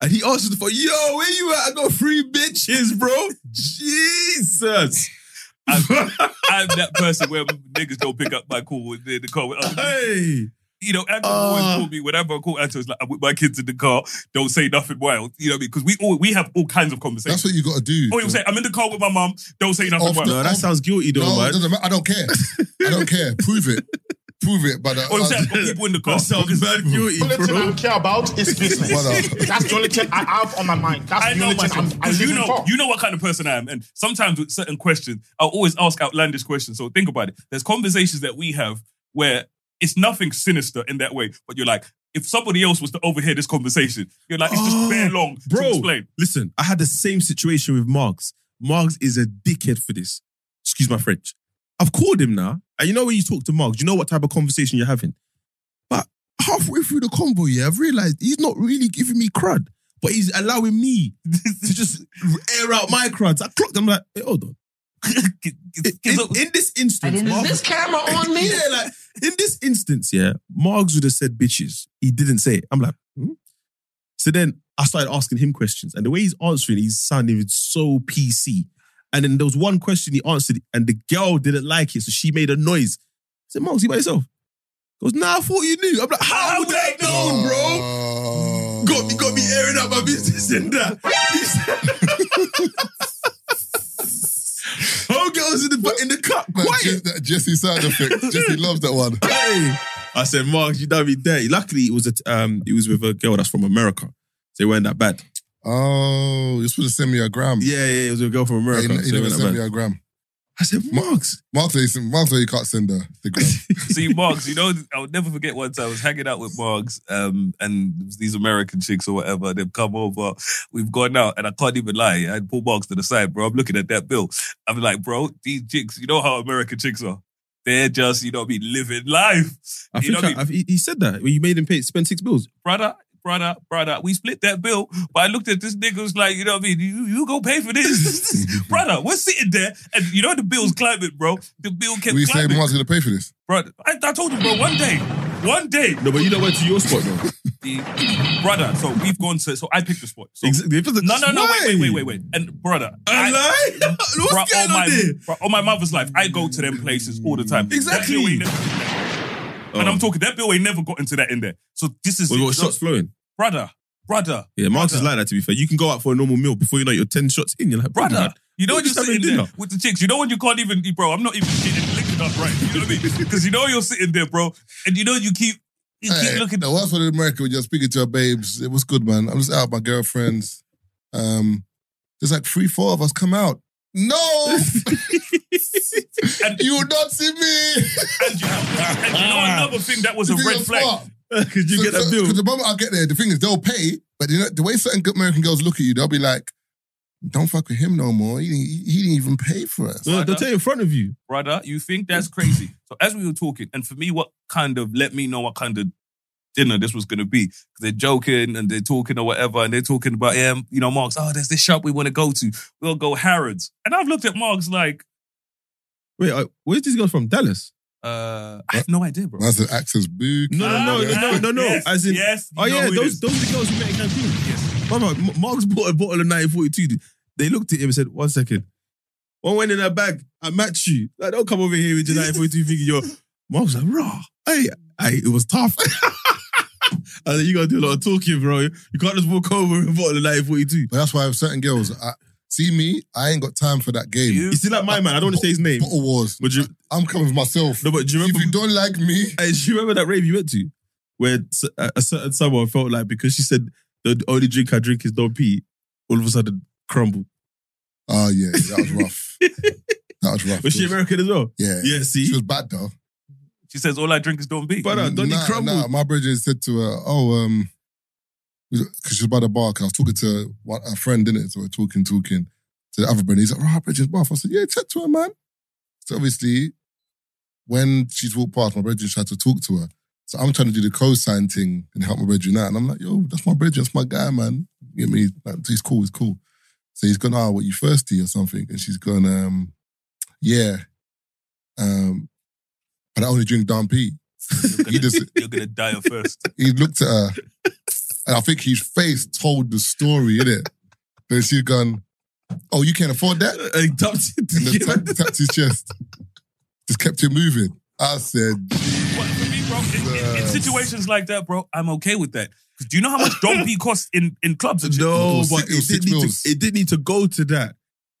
And he answers the phone, yo, where you at? I got three bitches, bro. Jesus.
I'm that person where niggas don't pick up my call in the car with other people.
hey.
You know, Anton
Ah.
always call me whenever I call Anton. It's like I'm with my kids in the car. Don't say nothing wild. You know what I mean? Because we all we have all kinds of conversations.
That's what you gotta do.
Oh, he was saying, I'm in the car with my mum. Don't say nothing
Off
wild.
the-
No, that sounds Oh, guilty though,
no, it
man.
doesn't matter. I don't care. I don't care. Prove it. prove it, but uh,
Well,
uh,
I've got people in the car.
The only thing I care about is business.
Brother.
That's the only thing I have on my mind. That's
I
the
know
only thing I'm,
myself
I'm
because
living
you know
for.
you know what kind of person I am, and sometimes with certain questions, I always ask outlandish questions. So think about it. There's conversations that we have where it's nothing sinister in that way, but you're like, if somebody else was to overhear this conversation, you're like, it's just bare long to explain.
Listen, I had the same situation with Marks. Marks is a dickhead for this. Excuse my French. I've called him now, and you know when you talk to Marks, you know what type of conversation you're having. But halfway through the combo, yeah, I've realized he's not really giving me crud, but he's allowing me to just air out my cruds. I clocked. I'm like, hey, hold on. in, in- in this instance,
Is
Marks-
this camera on me?
Yeah, like in this instance, yeah, Margs would have said bitches. He didn't say it. I'm like, hmm? So then I started asking him questions, and the way he's answering, he's sounding so PC. And then there was one question he answered, and the girl didn't like it, so she made a noise. I said, Margs, you by yourself? Goes, nah, I thought you knew. I'm like, how would I know, bro?
Uh,
Got me, got me airing out my business and that. He said- Whole girls in the in the cup, quiet.
that Jesse sound effect. Jesse loves that one.
Hey. I said, Mark, you done me dirty. Luckily, it was a t- um, it was with a girl that's from America. So it weren't that bad.
Oh, you're supposed to send me a gram.
Yeah, yeah, it was a girl from America.
He, he
so it
never
weren't that
sent me
bad.
a gram.
I said, Marks.
Mark, Mark, Mark you can't send her the gram.
See, Margs, you know, I'll never forget once I was hanging out with Margs um, and these American chicks or whatever. They've come over. We've gone out, and I can't even lie. I pull Margs to the side, bro. I'm looking at that bill. I'm like, bro, these chicks, you know how American chicks are. They're just, you know, what I mean, living life.
I
you know
think
what I
I,
mean?
I, he he said that when you made him pay spend six bills.
brother, brother, brother, we split that bill. But I looked at this nigga was like, you know what I mean? You, you go pay for this. brother, we're sitting there, and you know the bill's climbing, bro. The bill kept
we say
climbing.
Mark's gonna pay for this.
Brother, I, I told you, bro, one day, one day.
No, but you don't went to your spot, though.
The, brother, so we've gone to, so I picked the spot. So,
Exactly.
No, no, no, wait, wait, wait, wait, wait. And brother,
I lie?
bruh,
What's going
all
on
my,
there?
bruh, all my mother's life, I go to them places all the time. That
Exactly. Oh.
bill ain't never- And I'm talking, that bill ain't never got into that in there. So this is
We
it.
got shots flowing.
brother, brother,
Yeah, Marks is like that. To be fair, you can go out for a normal meal before you know it, you're ten shots in. You're like,
brother.
man,
You know
we're
when you're
just having
sitting there with the chicks. You know when you can't even, bro. I'm not even getting liquored up right. You know what I mean? Because you know you're sitting there, bro, and you know you keep you
Hey,
keep looking.
The one for the America when you're speaking to your babes, it was good, man. I'm just out with my girlfriends. Um, there's like three, four of us come out. No,
And,
you will not see me.
and you, and you know another thing that was a
You think
red
I'm
flag.
smart?
Because you
So-
get that
so-
bill.
'cause the moment I get there, the thing is they'll pay, but you know, the way certain good American girls look at you, they'll be like, "Don't fuck with him no more. He didn't, he didn't even pay for us."
Well, they'll tell you in front of you.
brother. You think that's crazy? So as we were talking, and for me, what kind of let me know what kind of dinner this was going to be? 'Cause They're joking and they're talking or whatever, and they're talking about yeah, you know, Marks. Oh, there's this shop we want to go to. We'll go Harrods. And I've looked at Marks like,
Wait, uh, where's this girl from? Dallas?
uh, I have no idea, bro.
That's an access boo.
No, no, no,
Ah,
no, no, no.
yes,
As in,
yes, you
oh
know
yeah,
who it
those
is.
those are the girls we met in Cancun.
Yes.
Mama, M- Mark's bought a bottle of 1942. dude. They looked at him and said, one second. One went in her bag, I match you. Like, don't come over here with your 1942 thinking you're Mark's like, raw. Hey, hey, it was tough. I said, you gotta do a lot of talking, bro. You can't just walk over and bottle of 1942.
But that's why with certain girls, I, see me, I ain't got time for that game.
You-
You see like my man, I don't want to say his name.
Bottle wars.
Would you
I'm coming with myself.
no, but do you remember
if you don't like me,
Hey, Uh, do you remember that rave you went to where s- a a certain someone felt like because she said the only drink I drink is Don P, all of a sudden crumbled.
oh yeah, that was rough. that was rough.
Was she American as well?
Yeah.
Yeah, see?
She was bad though.
She says, "All I drink is Don B."
But uh, Donny
nah,
crumbled.
nah, my brother said to her, "Oh, um, because she was by the bar. 'cause I was talking to one, a friend in it, so we're talking, talking to the other brother. He's like, "Right, Bridget's bath." I said, "Yeah, chat to her, man." So obviously, when she's walked past, my brother tried to talk to her. So I'm trying to do the co-sign thing and help my brother out, and I'm like, "Yo, that's my brother, that's my guy, man. You get me? Like, he's cool, he's cool." So he's gone, "Ah, what you thirsty or something?" And she's gone, um, "Yeah." Um, but I only drink Don P.
you're,
He
gonna,
just
you're gonna die of first.
he looked at her, and I think his face told the story, innit? Then she gone, Oh, you can't afford that?
Uh, he dumped it.
And then tapped, tapped his chest. Just kept him movmoving. I said,
But for me, bro, in, in- in situations like that, bro, I'm okay with that. 'Cause do you know how much Don B costs in in clubs? and shit?
No,
was
but
six- it
it
was
did
six
need
mils.
to. It did need to go to that.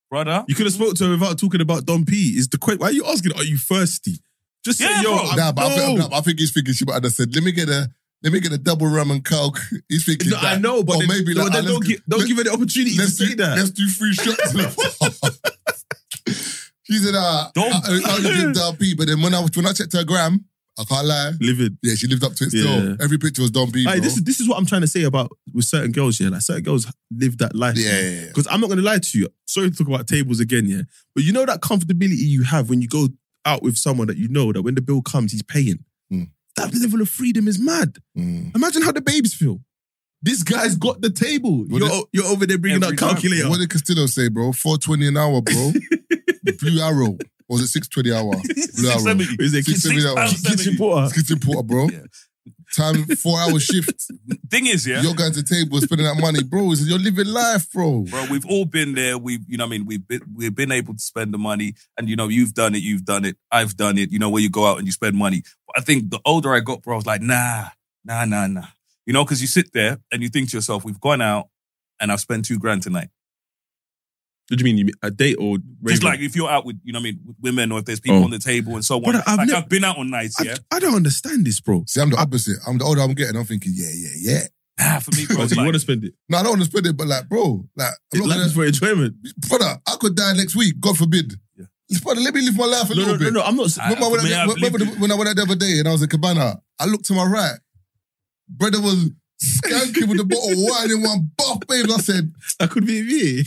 brother.
You could have spoke to her without talking about Don P. Is the question? Why are you asking? Are you thirsty? Just
Yeah,
say, yo,
bro.
I
Nah, but I,
know.
think, nah, but I think he's thinking she might have said, "Let me get a, let me get a double rum and coke." He's thinking,
No,
that,
I know, but
or
then-
maybe
no,
like, ah,
then
let's
don't
do-
gi- don't
let-
give her the opportunity to
let's
say
do,
that.
Let's do three shots. she said, "Ah,
Don't-
I, I only did Dal P," but then when I was when I checked her gram, I can't lie.
Livid.
Yeah, she lived up to it
Yeah.
still. Every picture was Don B.
Aye,
bro.
this is this is what I'm trying to say about with certain girls, yeah. Like certain girls live that life.
Yeah, yeah, yeah.
Because I'm not gonna lie to you. Sorry to talk about tables again, yeah. But you know that comfortability you have when you go out with someone that you know that when the bill comes, he's paying.
Mm.
That level of freedom is mad.
Mm.
Imagine how the babes feel. This guy's got the table.
Well,
you're
this-
you're over there bringing
Every
out calculator.
What did Castillo say, bro? Four twenty an hour, bro. Blue Arrow. Or was it six twenty hour? Blue Arrow.
670.
Is it
Six
kitchen,
seventy hour.
pounds seventy.
kitchen porter?
Skitting Porter, bro.
Yeah.
Time four hour shift.
Thing is, yeah,
You're going to table spending that money, bro. It's- You're living life, bro.
bro. We've all been there. We've, you know, what I mean, we've been, we've been able to spend the money, and you know, you've done it, you've done it, I've done it. You know, where you go out and you spend money. But I think the older I got, bro, I was like, nah, nah, nah, nah. You know, because you sit there and you think to yourself, we've gone out and I've spent two grand tonight.
What do you mean? You mean a date or
Just
raving?
like if you're out with, you know, what I mean, with women or if there's people
Oh.
on the table and so on.
Brother, I've
I've like
nev-
I've been out on nights,
I,
yeah.
I don't understand this, bro.
See, I'm the opposite. I'm the older I'm getting. I'm thinking, yeah, yeah, yeah.
Nah, for me, bro,
Because
it's
you
like,
want to spend it.
No, I don't want to spend it, but like, bro, like, I'm
It's
not
life
gonna,
is for enjoyment.
brother, I could die next week, God forbid.
Yeah.
Brother, let me live my life a
No,
little
no, no,
bit.
no. I'm not.
I-
Remember when,
for me,
I,
I've
remember
lived
the- when I went out the other day and I was in Cabana, I looked to my right. Brother was skanking with a bottle of wine in one buff, babe. I said,
That could be me.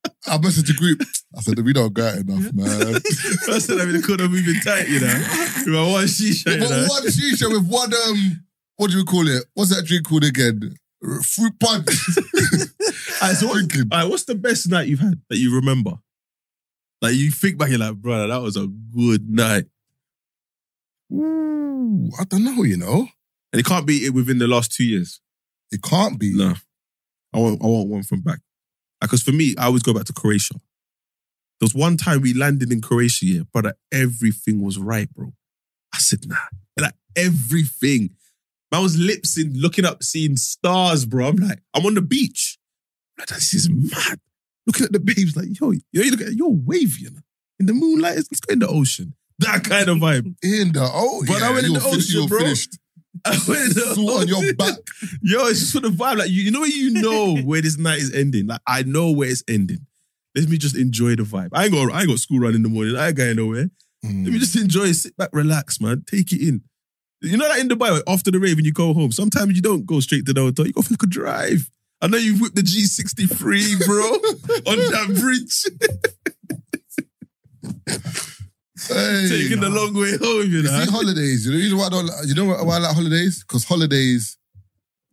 I messaged the group. I said, we don't got enough, man.
First time I'm in the corner moving tight, you know. With my one shisha, you
But
know.
one shisha with one um, what do we call it? What's that drink called again? R- Fruit punch.
Alright, so what-
Drinking.
alright, what's the best night you've had that you remember? Like you think back, you're like, brother, that was a good night.
Ooh, I don't know. You know,
And it can't be it within the last two years.
it can't be.
No. I want I want one from back. Because for me, I always go back to Croatia. There was one time we landed in Croatia, yeah, but everything was right, bro. I said, nah. Like everything. Man was lips in looking up, seeing stars, bro. I'm like, I'm on the beach. I'm like, this is mad. Looking at the babes, like, yo, yo, you look at you're wavy you know? in the moonlight. Let's go in the ocean. That kind of vibe.
In the oh,
But
yeah,
I went in
you're
the
fin-
ocean,
you're
bro.
Finished.
I went in the
Sweat on your
ocean.
back.
Yo, it's just for the vibe. Like you, you know when you know where this night is ending. Like I know where it's ending. Let me just enjoy the vibe. I ain't got I ain't got school run in the morning. I ain't going nowhere. Let me just enjoy it. Sit back, relax, man. Take it in. You know that in Dubai, like, after the rave and you go home, sometimes you don't go straight to the hotel. You go for like a drive. I know you whipped the G63, bro, on that bridge,
Hey.
taking the long way home, you
You
know.
see, holidays. You know, the reason why I don't. Like, you know why I like holidays? Because holidays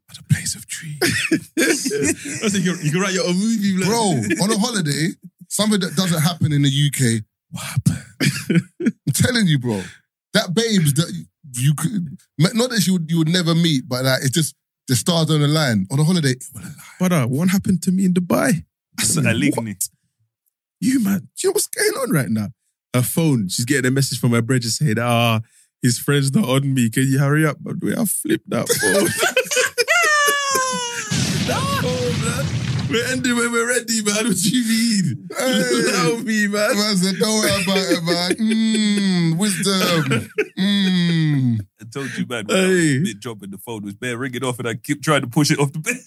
are the place of dreams,
I was like, you, you can write your own movie, like-
bro. on a holiday, something that doesn't happen in the UK. What happened? I'm telling you, bro. That babes that you- you could not that you would, you would never meet, but like it's just the stars on the line on a holiday. It will align.
But uh, one happened to me in Dubai. I said,
That leaked
what?
me.
You man, do you know what's going on right now? Her phone, she's getting a message from her brother saying, ah, his friend's not on me. Can you hurry up? But I flipped that phone. that phone, man. We're ending when we're ready, man. What do you mean?
Hey.
Allow me, man.
Man said, don't worry about it, man. Mm, wisdom. Mm.
I told you, man,
Hey.
hey. mid job and the phone was bare ringing off, and I kept trying to push it off the bed.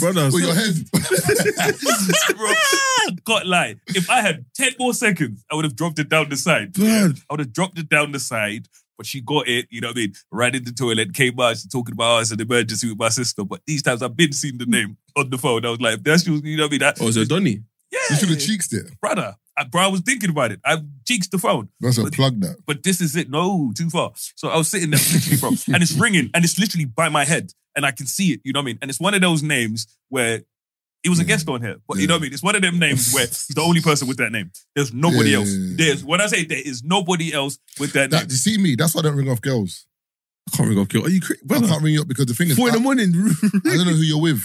Brother,
With your head.
bro. God lie. If I had 10 more seconds, I would have dropped it down the side.
Blood.
I would have dropped it down the side, but she got it, you know what I mean? Ran in the toilet, came out, she's talking about oh, it's an emergency with my sister. But these times I've been seeing the name on the phone. I was like, that's you, you know what I mean? That,
Oh, so Donny.
You
yeah,
should have cheeks it.
brother. I, bro, I was thinking about it. I cheeks the phone.
That's a
But-
plug that.
But this is it. No, too far. So I was sitting there literally, bro, and it's ringing, and it's literally by my head, and I can see it. You know what I mean? And it's one of those names where it was a
Yeah.
guest on here, but you know
Yeah.
what I mean? It's one of them names where he's the only person with that name. There's nobody
Yeah.
else. There's when I say there is nobody else with that,
that.
name.
You see me? That's why I don't ring off girls.
I can't ring off kill. Are you crazy?
I
Brother,
can't ring you up because the thing is,
four in
I,
the morning.
I don't know who you're with.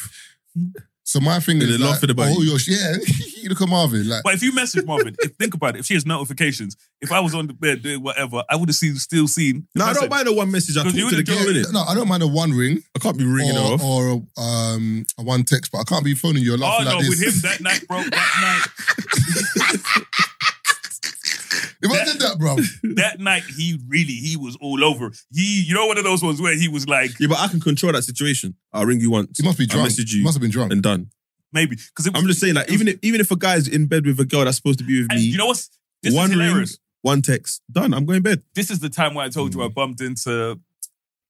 So my thing
And
is,
they're
like,
laughing about
oh,
you.
you're, yeah, look at Marvin. Like,
But if you message Marvin, if think about it, if she has notifications, if I was on the bed doing whatever, I would have seen still seen.
no, I
That's
don't
it.
mind the one message. I talk
Because you
to the
would've
girl,
done-
innit?
no, I don't mind a one ring
I can't be ringing her
or,
off.
or a, um, a one text, but I can't be phoning you. You're
Oh
Imagine that, bro.
that night he really he was all over. He you know one of those ones where he was like
Yeah, but I can control that situation. I'll ring you once.
He must be drunk.
I message you.
Must have been drunk.
and done.
Maybe because
I'm just saying, like, even if even if a guy's in bed with a girl that's supposed to be with
and
me,
you know what's this
one
is
ring,
hilarious.
one text, done. I'm going to bed.
This is the time where I told
Mm.
you I bumped into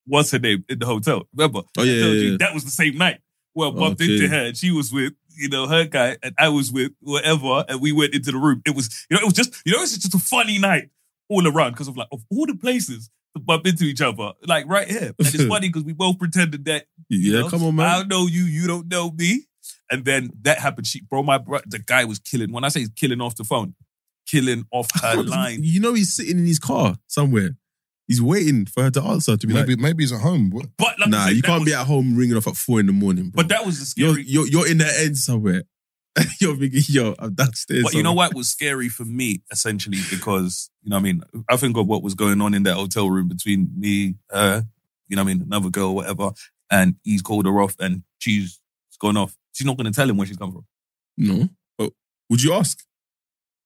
what's her name in the hotel. Remember?
Oh, yeah,
I told
yeah,
you
yeah. Oh,
that was the same night where I bumped
Okay.
into her and she was with, you know, her guy and I was with whatever and we went into the room. It was, you know, it was just, you know, it's just a funny night all around because of like, of all the places to bump into each other, like right here. And it's funny because we both pretended that, you
Yeah,
know,
come on, man.
I don't know you, you don't know me. And then that happened. She, bro, my bro, the guy was killing. When I say he's killing off the phone, killing off her line.
You know he's sitting in his car somewhere. He's waiting for her to answer to be
Maybe
like,
maybe he's at home. What-
But like I
"Nah,
said,
you
that
can't
was-
be at home ringing off at four in the morning, bro.
But that was the scary.
You're, you're you're in the end somewhere. you're thinking, yo, I'm downstairs.
But you know
somewhere."
what was scary for me, essentially, because, you know what I mean? I think of what was going on in that hotel room between me, her, you know what I mean, another girl, whatever, and he's called her off and she's gone off. She's not going to tell him where she's come from.
No, but would you ask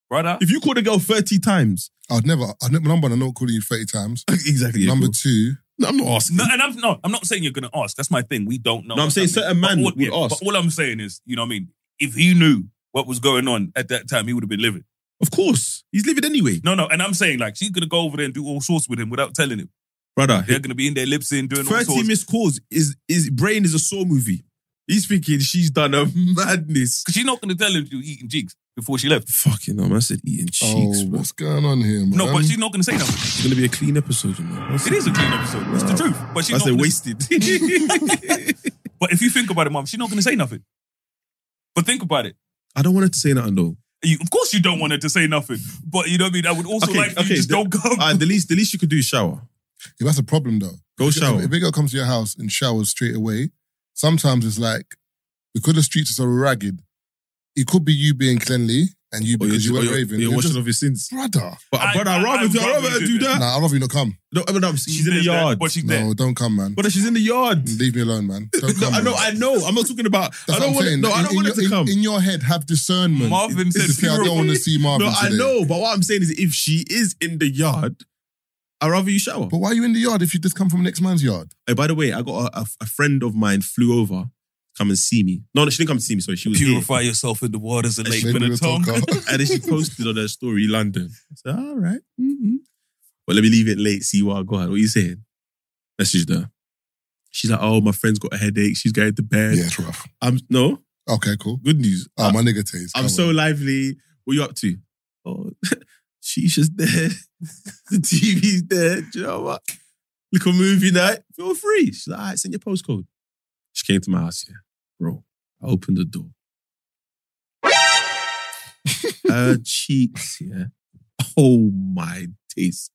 Brother,
if you called a girl thirty times?
I'd never, I'd never, number one, I'm not calling you 30 times.
E-, exactly. yeah,
Number
cool.
two,
no, I'm not asking.
no, and I'm no, I'm not saying you're going to ask. That's my thing. We don't know.
No, I'm
what's
saying
happening.
certain man
all,
would ask.
But all I'm saying is, you know what I mean? If he knew what was going on at that time, he would have been living.
Of course, he's living anyway,
No, no, and I'm saying like she's going to go over there and do all sorts with him without telling him.
brother.
They're going to be in their lips in doing all
Thirty
sorts.
missed calls is is brain is a Saw movie. He's thinking she's done a madness.
Because she's not going to tell him to eating jigs before she left.
Fucking hell, man, I said
oh,
eating cheeks. bro.
what's going on here, man?
No,
Um,
but she's not going to say nothing.
It's gonna be a clean episode, you know.
It is a clean episode. It's the truth. But she's
I
not
said
gonna-
wasted.
But if you think about it, mom, she's not going to say nothing. But think about it.
I don't want her to say nothing though.
You, of course, you don't want her to say nothing. But you know what I mean. I would also like you just
the-
don't come.
alright, the least the least you could do is shower.
Yeah, that's a problem though.
Go
If-
shower.
If a girl comes to your house and showers straight away, sometimes it's like because the streets are so ragged, it could be you being cleanly and you
Or you're,
because you
or
were
you're,
raving.
you're
You're
washing
just,
off your sins.
brother.
But
I-
brother, I'd
I-
rather,
I'd
do- I'd
rather
rather
you
do
do
that.
Nah, I'd rather you not come.
No, I mean, no, she's in the
there,
yard.
But she's there.
No, don't come, man.
Brother, she's in the yard.
Leave me alone, man. Don't
No,
come.
I know,
man.
I know. I'm not talking about.
That's
I don't
what
want.
I'm saying.
No, I
In-
don't
in
want
your,
her to
in-
come.
In, your head, have discernment.
Marvin
This
said
is the thing, I don't want to see Marvin.
no, I
today.
know. But what I'm saying is, if she is in the yard, I'd rather you shower.
But why are you in the yard if you just come from next man's yard?
Hey, by the way, I got a, a, a friend of mine flew over, come and see me. No, no, she didn't come to see me. Sorry, she was here.
Purify yourself in the waters of Lake
Maybe we'll talk
Minnetonka.
after.
and then she posted on her story London. I said, all right. mhm." But let me leave it late, see what I got. What are you saying? Message her. She's like, oh, my friend's got a headache. She's going to bed.
Yeah, it's rough.
I'm no,
Okay, cool.
good news.
Oh,
I'm,
my nigga taste.
I'm so lively. What you up to? Oh, she's just there. the TV's there. Do you know what? Look a movie night. Feel free. She's like, all right, send your postcode. She came to my house, yeah. Bro, I opened the door. her cheeks, yeah. Oh my days.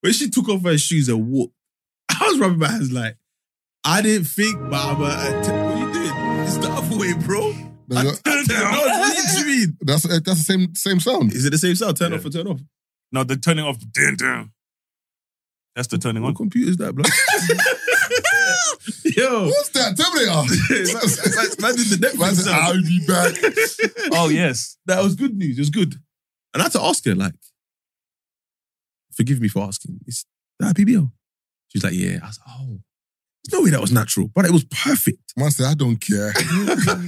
When she took off her shoes and walked, I was rubbing my hands like, I didn't think, Mama. I t- what you doing? It's the other way, bro. I,
No, no,
I turned off. What do you mean?
that's that's the same same sound.
Is it the same sound? Turn
Yeah.
off or turn off?
no, the turning off. Dun, dun. That's the turning on.
What computer is that, bro? Yo.
What's that?
It's like- it's
Terminator.
like- man did the Netflix
Man's an
sound.
I'll be back.
Oh yes.
That was good news. It was good. And I had to ask her, like, forgive me for asking, is that a PBL? She's like, yeah. I was like, oh, there's no way that was natural, but it was perfect.
Man said, I don't care.
Nothing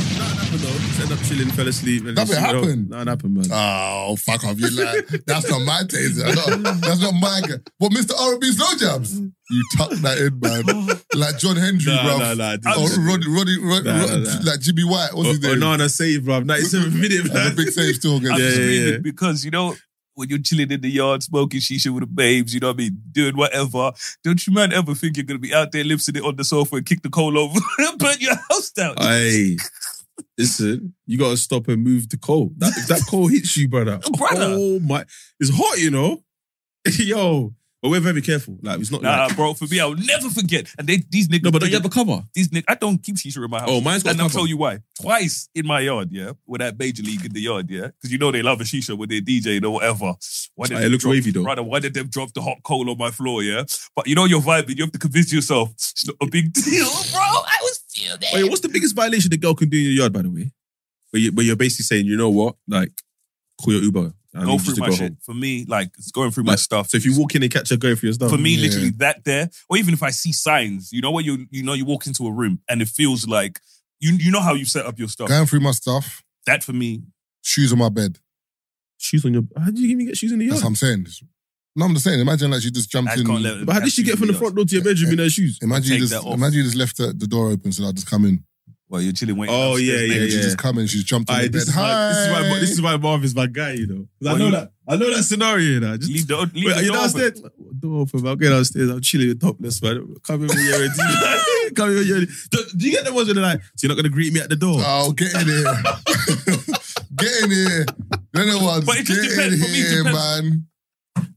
happened, though. End up chilling, fell asleep. and
That
just
bit
went home.
happened?
Nothing happened, man.
oh, fuck off. You lie. That's not my taste. That's not, that's not my guy. But Mr. R&B's no jabs. You tuck that in, man. Like John Henry,
Nah,
bruv.
nah, nah,
Or
just-
Roddy, Roddy, Roddy,
Nah, nah, Oh, nah.
like Jimmy White. What's his name?
Onana saved, bro. 97 minutes,
That's a
man.
big save still.
I'm
Yeah,
just
yeah,
screaming
yeah.
because you know when you're chilling in the yard smoking shisha with the babes, you know what I mean, doing whatever. Don't you man ever think you're gonna be out there lipsing it on the sofa and kick the coal over and burn your house down?
Hey, listen, you gotta stop and move the coal. That, if that coal hits you, brother.
Brother.
Oh my, it's hot, you know. Yo, but we're very careful. Like it's not.
nah,
like,
bro. For me, I'll never forget. And they, these niggas,
no, but don't
think-
you have a cover?
these niggas, I don't keep shisha in my house.
Oh, mine's got
and
a
I'll
cover.
tell you why. Twice in my yard, yeah, with that major league in the yard, yeah, because you know they love a shisha when they're DJing or whatever. Why
Ah, it looks
drop,
wavy, though.
Brother, why did them drop the hot coal on my floor, yeah? But you know you're vibing. You have to convince yourself it's not a big deal, bro. I was fuming.
Wait, what's the biggest violation the girl can do in your yard? By the way, where, you, where you're basically saying, you know what, like call your Uber I
go
need you
through
to
my
go
shit.
home.
For me, like it's going through my
Like,
stuff.
So if you walk in and catch her going for your stuff,
For me,
Yeah.
literally that there, or even if I see signs, you know where you you know you walk into a room and it feels like you you know how you set up your stuff.
Going through my stuff.
That for me.
Shoes on my bed.
Shoes on your. How did you even get shoes in the yard?
That's what I'm saying. No, I'm just saying. Imagine like she just jumped in.
But how did she get from the front door to your bedroom in her shoes?
Imagine you just imagine you just left the, the door open, so I just come in.
Well, you're chilling waiting.
Oh yeah,
Maybe
yeah, yeah.
She just come in. She's jumped in
Aye,
the
this,
bed.
is why, this is
Hi.
why this is why Marv is my guy, you know. 'Cause I
Well,
know
you-
that I know that scenario. You know. Just,
leave the, leave
Wait,
the
are you
door open.
downstairs? Door open. I'm going downstairs. I'm chilling topless, man. Come in with your ready. Come in with your ready. Do, do you get the ones where they're like, so you're not going to greet me at the door?
Oh, get in here. get in here. They're the ones.
But it just
get
depends.
in
For me, it
here,
depends.
man.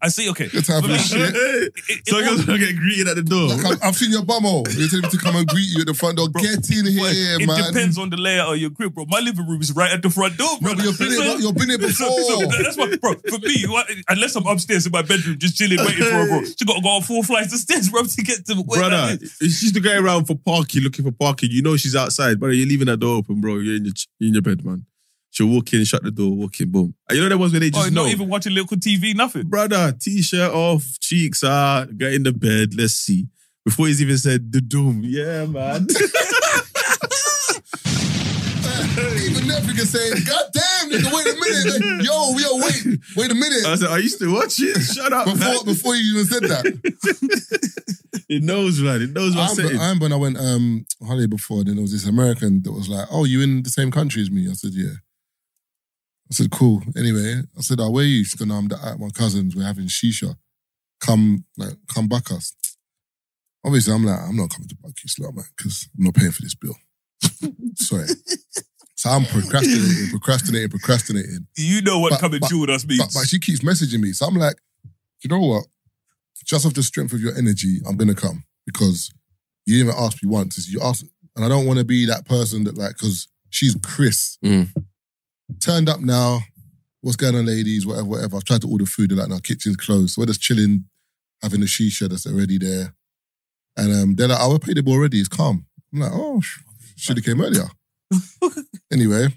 I see. Okay.
Good type
For
of
me,
shit.
it- it-
So you're
it-
going to get greeted at the door.
Like, I've, I've seen your bumhole. You're telling me to come and greet you at the front door. get in here,
it
man.
depends on the layout of your crib, bro. My living room is right at the front door, bro.
but you've been here- you've been here before.
that's why, bro. For me, what- unless I'm upstairs in my bedroom just chilling, waiting for her, bro. She got to go on four flights of stairs, bro, to get to where that
Brother,
is.
if she's the guy around for parking, looking for parking. You know she's outside, brother. You're leaving that door open, bro. You're in your, you're in your bed, man. She'll walk in, shut the door, walk in, boom. And you know that ones where they
Oh,
just
not
know.
even watching local TV, nothing.
brother, t-shirt off, cheeks out, get in the bed. Let's see. Before he's even said the doom, yeah, man.
Even Netflix is saying, God damn, nigga, wait a minute. Like, yo, yo, wait, wait a
I
minute.
said, "Are you still watching? Shut up, man."
Before, before you even said that.
It knows, man. It knows
I
what I'm
remember,
saying.
I remember when I went um, holiday before, then there was this American that was like, "Oh, you in the same country as me?" I said, "Yeah." I said, "Cool." Anyway, I said, "Oh, where are you?" She said, "No, I'm at my cousins. We're having shisha. Come, like, come back us." Obviously, I'm like, "I'm not coming to back you, slut, man, because I'm not paying for this bill." Sorry. So I'm procrastinating, procrastinating, procrastinating
You know what
But-
coming
but-
through with us
but,
means.
but she keeps messaging me. So I'm like, you know what? Just off the strength of your energy, I'm gonna come because you didn't even ask me once. It's You asked, and I don't want to be that person that like because she's Chris
Mm.
turned up now. What's going on, ladies? Whatever, whatever. I've tried to order food. They're like, now kitchen's closed. So we're just chilling, having a shisha that's already there, and um, they're like, oh, we paid the bill already. It's calm. I'm like, oh, should have came earlier. anyway,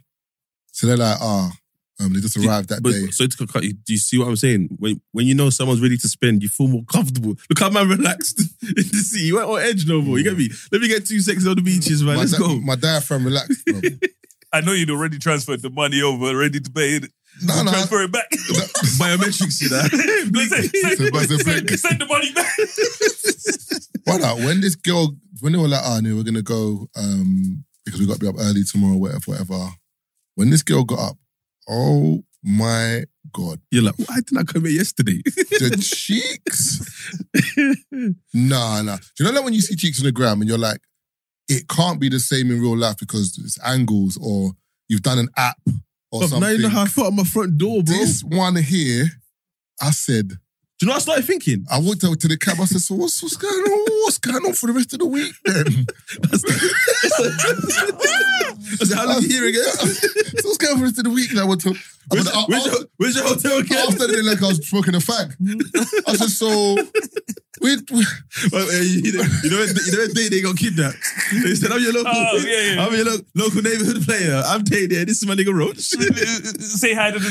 so they're like, ah, um, they just arrived that
But
day.
so to cut you, do you see what I'm saying? When when you know someone's ready to spend, you feel more comfortable. Look how man relaxed in the sea. You ain't on edge no more. You get me? Let me get two seconds on the beaches, man.
my,
Let's
di-
go.
my diaphragm relaxed. Bro.
I know you'd already transferred the money over, ready to pay it.
no, no.
Transfer it back.
Biometrics, you know.
Let's say-
Send back the
send-
flick.
Send the money back.
Why not? When this girl, when they were like, oh, no, we're going to go um, because we got to be up early tomorrow, whatever, whatever. When this girl got up, oh my God.
You're like, why didn't I come here yesterday?
The cheeks. Nah, nah. Do you know that when you see cheeks on the gram and you're like, it can't be the same in real life because it's angles or you've done an app or
Bruv,
something.
now you know how I felt at my front door, bro.
this one here, I said,
Do you know what I started thinking?
I walked out to the cab. I said, "So what's, what's going on? What's going on for the rest of the week?" Then
I said, how long you here again?
so what's going on for the rest of the week? And I went to. I
Where's,
went, "Oh,
where's,
oh."
your, where's your hotel again?
after the day, like I was smoking a fag. I said, "So we, we
Well, uh, you know, you know, when- you know when they, they got kidnapped. They said, "I'm your local,
Oh, yeah, yeah.
I'm your lo- local neighborhood player. I'm Tay there. This is my nigga Roach."
Say hi to the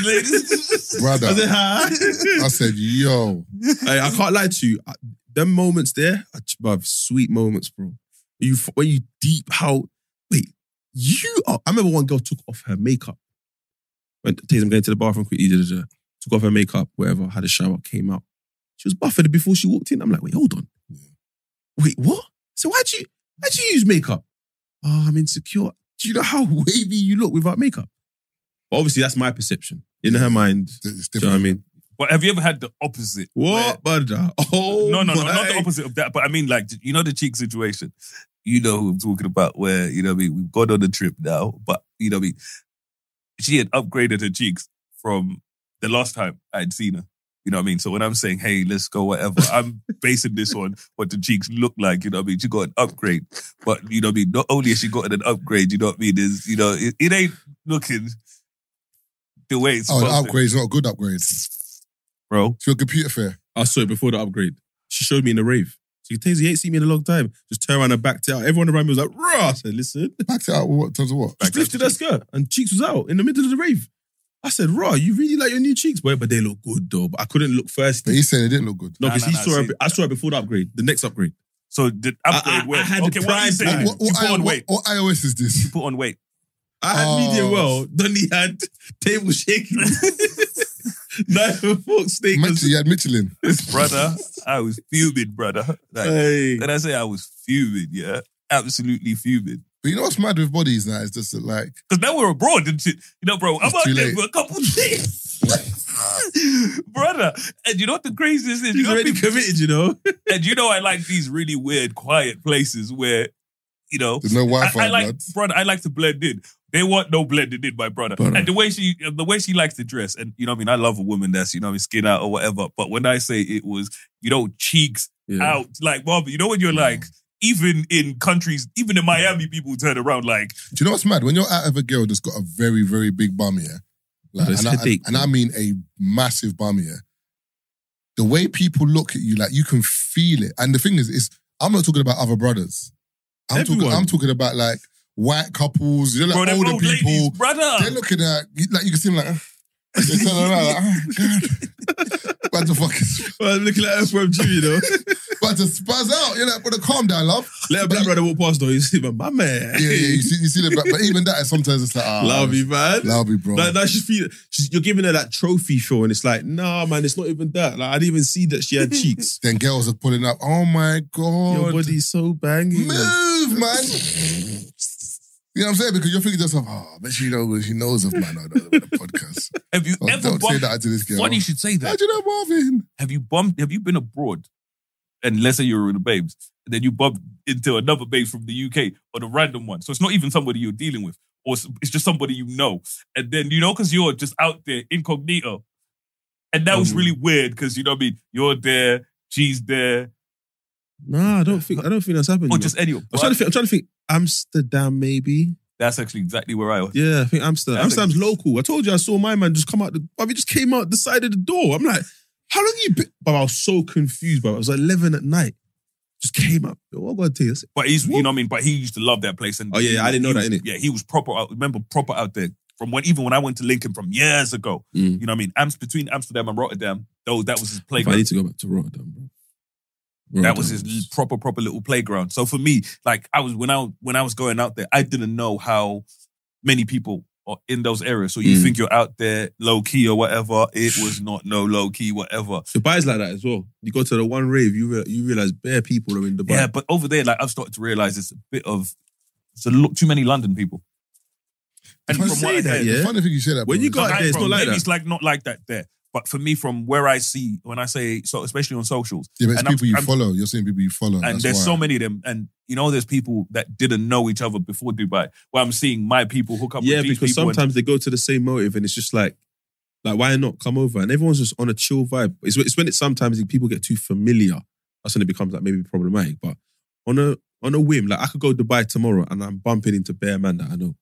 ladies.
brother."
I said, "Hi."
I said, "Yo,
Hey, I can't lie to you. I, them moments there, are, ch- bruv, sweet moments, bro. You f- when you deep how wait you are. I remember one girl took off her makeup. Went, Taze, I'm going to the bathroom quickly. da, da, da. Took off her makeup, whatever. Had a shower, came out. She was buffeted before she walked in. I'm like, wait, hold on. Wait, what? So why'd you why'd you use makeup? Oh, I'm insecure. Do you know how wavy you look without makeup? But obviously, that's my perception. In her mind,
it's
do you know what I
different."
mean?
But have you ever had the opposite? where-
What, brother? Oh,
no, no, no,
my
not the opposite of that. But I mean, like, you know, the cheek situation. You know who I'm talking about, where, you know, what I mean, we've gone on a trip now, but, you know, what I mean, she had upgraded her cheeks from the last time I'd seen her. You know what I mean? So when I'm saying, hey, let's go, whatever, I'm basing this on what the cheeks look like. You know what I mean? She got an upgrade. But, you know what I mean? Not only has she gotten an upgrade, you know what I mean? Is you know, it, it ain't looking the way it's
Oh,
supposed
the
to.
upgrade's not a good upgrade. It's
Bro,
your computer fair.
I saw it before the upgrade. She showed me in the rave. She said, Taser, you ain't seen me in a long time. Just turned around and backed out. Everyone around me was like, rah. I said, listen.
Backed it out. What in terms of what?
Just lifted her skirt and cheeks was out in the middle of the rave. I said, "Raw, you really like your new cheeks, boy, but they look good though." But I couldn't look first.
But he said it didn't look good.
No,
Nah,
because
nah,
he
nah,
saw
see-
it. I saw it before the upgrade, the next upgrade.
So the upgrade
I, I,
where-
I had
okay,
the
what are you
prime
saying?
time.
What- what You put I- on weight.
Or iOS is this?
Put on weight.
I
Oh.
had medium well. Donny had table shaking. Knife and fork steak.
He had Michelin.
brother, I was fuming, brother. Like,
Uh,
And I say I was fuming, yeah. Absolutely fuming.
But you know what's mad with bodies now is just that like
Because now we're abroad and shit. You know, bro, I'm
It's
out
too
there
late.
for a couple of days. brother. And you know what the craziest is? He's
already committed, you know?
and you know I like these really weird, quiet places where, you know.
There's no Wi-Fi,
I, I like, brother, I like to blend in. They want no blending in, my brother.
Brother.
And the way she the way she likes to dress, and you know what I mean, I love a woman that's, you know what I mean, skin out or whatever. But when I say it was, you know, cheeks out, like Marvin, you know when you're like, even in countries, even in Miami, people turn around like,
Do you know what's mad? When you're out of a girl that's got a very, very big bum, yeah? Like,
But it's
and, I,
headache,
and I mean a massive bum, yeah? The way people look at you, like you can feel it. And the thing is, is I'm not talking about other brothers. I'm talking,
Everyone.
I'm talking about like white couples, you know,
Bro,
like
them
older
old
people.
ladies, brother.
They're looking at you- like you can see them like, uh, they turn around like, oh god. What the fuck is
well, looking like Earthworm Jim, you know?
About to spaz out. You're like, brother, calm down, love.
Let a black brother walk past though. You see, my eh? my man.
Yeah, yeah, you see, you see the black, but even that sometimes it's like, ah,
Love you, man.
Love you, bro.
Like, that's just feel, she's, you're giving her that trophy feel, and it's like, nah, man, it's not even that. Like, I didn't even see that she had cheeks.
Then girls are pulling up. Oh my god,
Your body's so banging.
Move, man. You know what I'm saying? Because you're thinking to yourself, oh, but she knows she knows of man on the on the podcast.
Have you
Oh,
ever
don't say
bumped-
that to this girl.
Funny you should say that.
How do you know Marvin?
Have you bumped? Have you been abroad? And let's say you were with the babes, and then you bumped into another babe from the UK or the random one. So it's not even somebody you're dealing with, or s- it's just somebody you know. And then you know because you're just out there incognito, and that
Mm.
was really weird because you know what I mean. You're there, she's there,
Nah, I don't think I don't think that's happened.
or
you
just
know.
any.
I'm trying to think. I'm trying to think. Amsterdam, maybe.
That's actually exactly where I was.
Yeah, I think Amsterdam.
That's
Amsterdam's local. I told you I saw my man just come out. The, bruv, he just came out the side of the door. I'm like, how long you been? But I was so confused. But I was like 11 at night. Just came up. Yo, What God tell you? I said,
But he's, you know what I mean? But he used to love that place. And
Oh, yeah, yeah, I didn't know
he
that, innit?
was- Yeah, he was proper out, remember, proper out there. From when, even when I went to Lincoln from years ago,
Mm.
you know what I mean? Amst, between Amsterdam and Rotterdam, though, that was
I
his
need
playground.
to go back to Rotterdam, bro.
That was his l- proper, proper little playground. So for me, like I was, when I, when I was going out there, I didn't know how many people are in those areas. So you
Mm.
think you're out there low key or whatever. It was not no low key, whatever.
Dubai's like that as well. You go to the one rave, you re- you realize bare people are in Dubai.
Yeah, but over there, like I've started to realize it's a bit of, it's a lot too many London people. And
If you
from
say
what I
that,
heard-
yeah.
The funny thing you say that.
When
bro,
you
is
go
that-
out there, it's
Bro,
not like
maybe
that.
it's like not like that there. But for me, from where I see, when I say so, especially on socials,
yeah, but it's
and I'm-
people you
I'm-
follow. You're seeing people you follow.
Mm,
and
That's
there's
why.
so many of them, and you know, there's people that didn't know each other before Dubai. Where I'm seeing my people hook up.
Yeah,
with these
because
people and-
sometimes they go to the same motive and it's just like, like why not come over? And everyone's just on a chill vibe. It's, it's when it's sometimes people get too familiar. That's when it becomes like maybe problematic. But on a on a whim, like I could go Dubai tomorrow and I'm bumping into bare man that I know.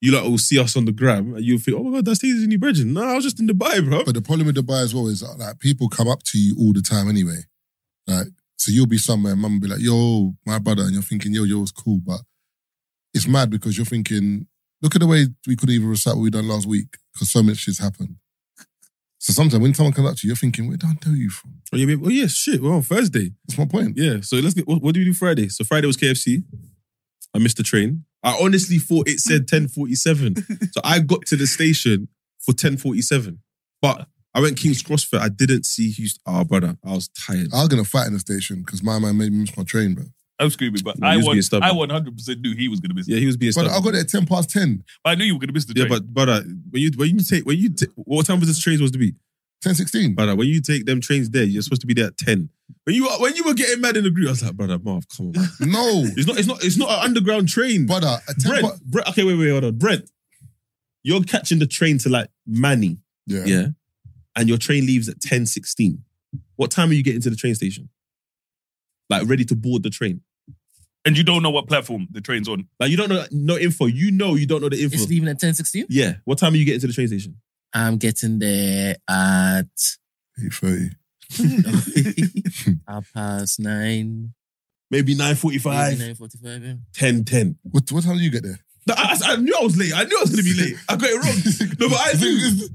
You like will see us on the gram and you'll think, oh my god, that's Taser's new brethren. No, I was just in Dubai, bro.
But the problem with Dubai as well is like people come up to you all the time anyway. Like, so you'll be somewhere and mum will be like, yo, my brother, and you're thinking, yo, yo's cool. But it's mad because you're thinking, look at the way we couldn't even recite what we done last week because so much shit's happened. So sometimes when someone comes up to you, you're thinking, where did I know you from?
Oh, yeah, oh yeah, shit. We're on Thursday.
That's my point.
Yeah. So let's get. What, what do we do Friday? So Friday was KFC. I missed the train. I honestly thought it said ten forty seven. so I got to the station for ten forty seven, but I went King's Crossfit. I didn't see Houston. Oh, brother, I was tired.
I was going to fight in the station because my man made me miss my train, bro.
I'm screaming, but
No,
I
he was
won.
being stubborn.
I 100 percent knew he was gonna miss.
Yeah, he was being.
But I
stubborn.
got there at 10 past 10.
But I knew you were gonna miss the
Yeah,
train.
but brother, when you when you take when you ta- what time was this train supposed to be?
10, 16.
Brother, when you take them trains there, you're supposed to be there at ten. When you when you were getting mad in the group, I was like, brother, Marv, come on. man.
No,
It's not. It's not. It's not an underground train.
brother. At 10
Brent,
past-
Brent, okay, wait, wait, hold on. Brent, you're catching the train to like Manny,
yeah.
yeah, and your train leaves at ten sixteen. What time are you getting to the train station? Like ready to board the train?
and you don't know what platform the train's on.
Like you don't know no info. You know you don't know the info.
It's leaving at ten sixteen.
yeah. What time are you getting to the train station?
I'm getting there at
8.30.
half past nine.
Maybe nine
Nine
forty-five.
forty-five. Yeah.
Ten ten.
What, what time do you get there?
No, I, I knew I was late. I knew I was going to be late. I got it wrong. No, but I no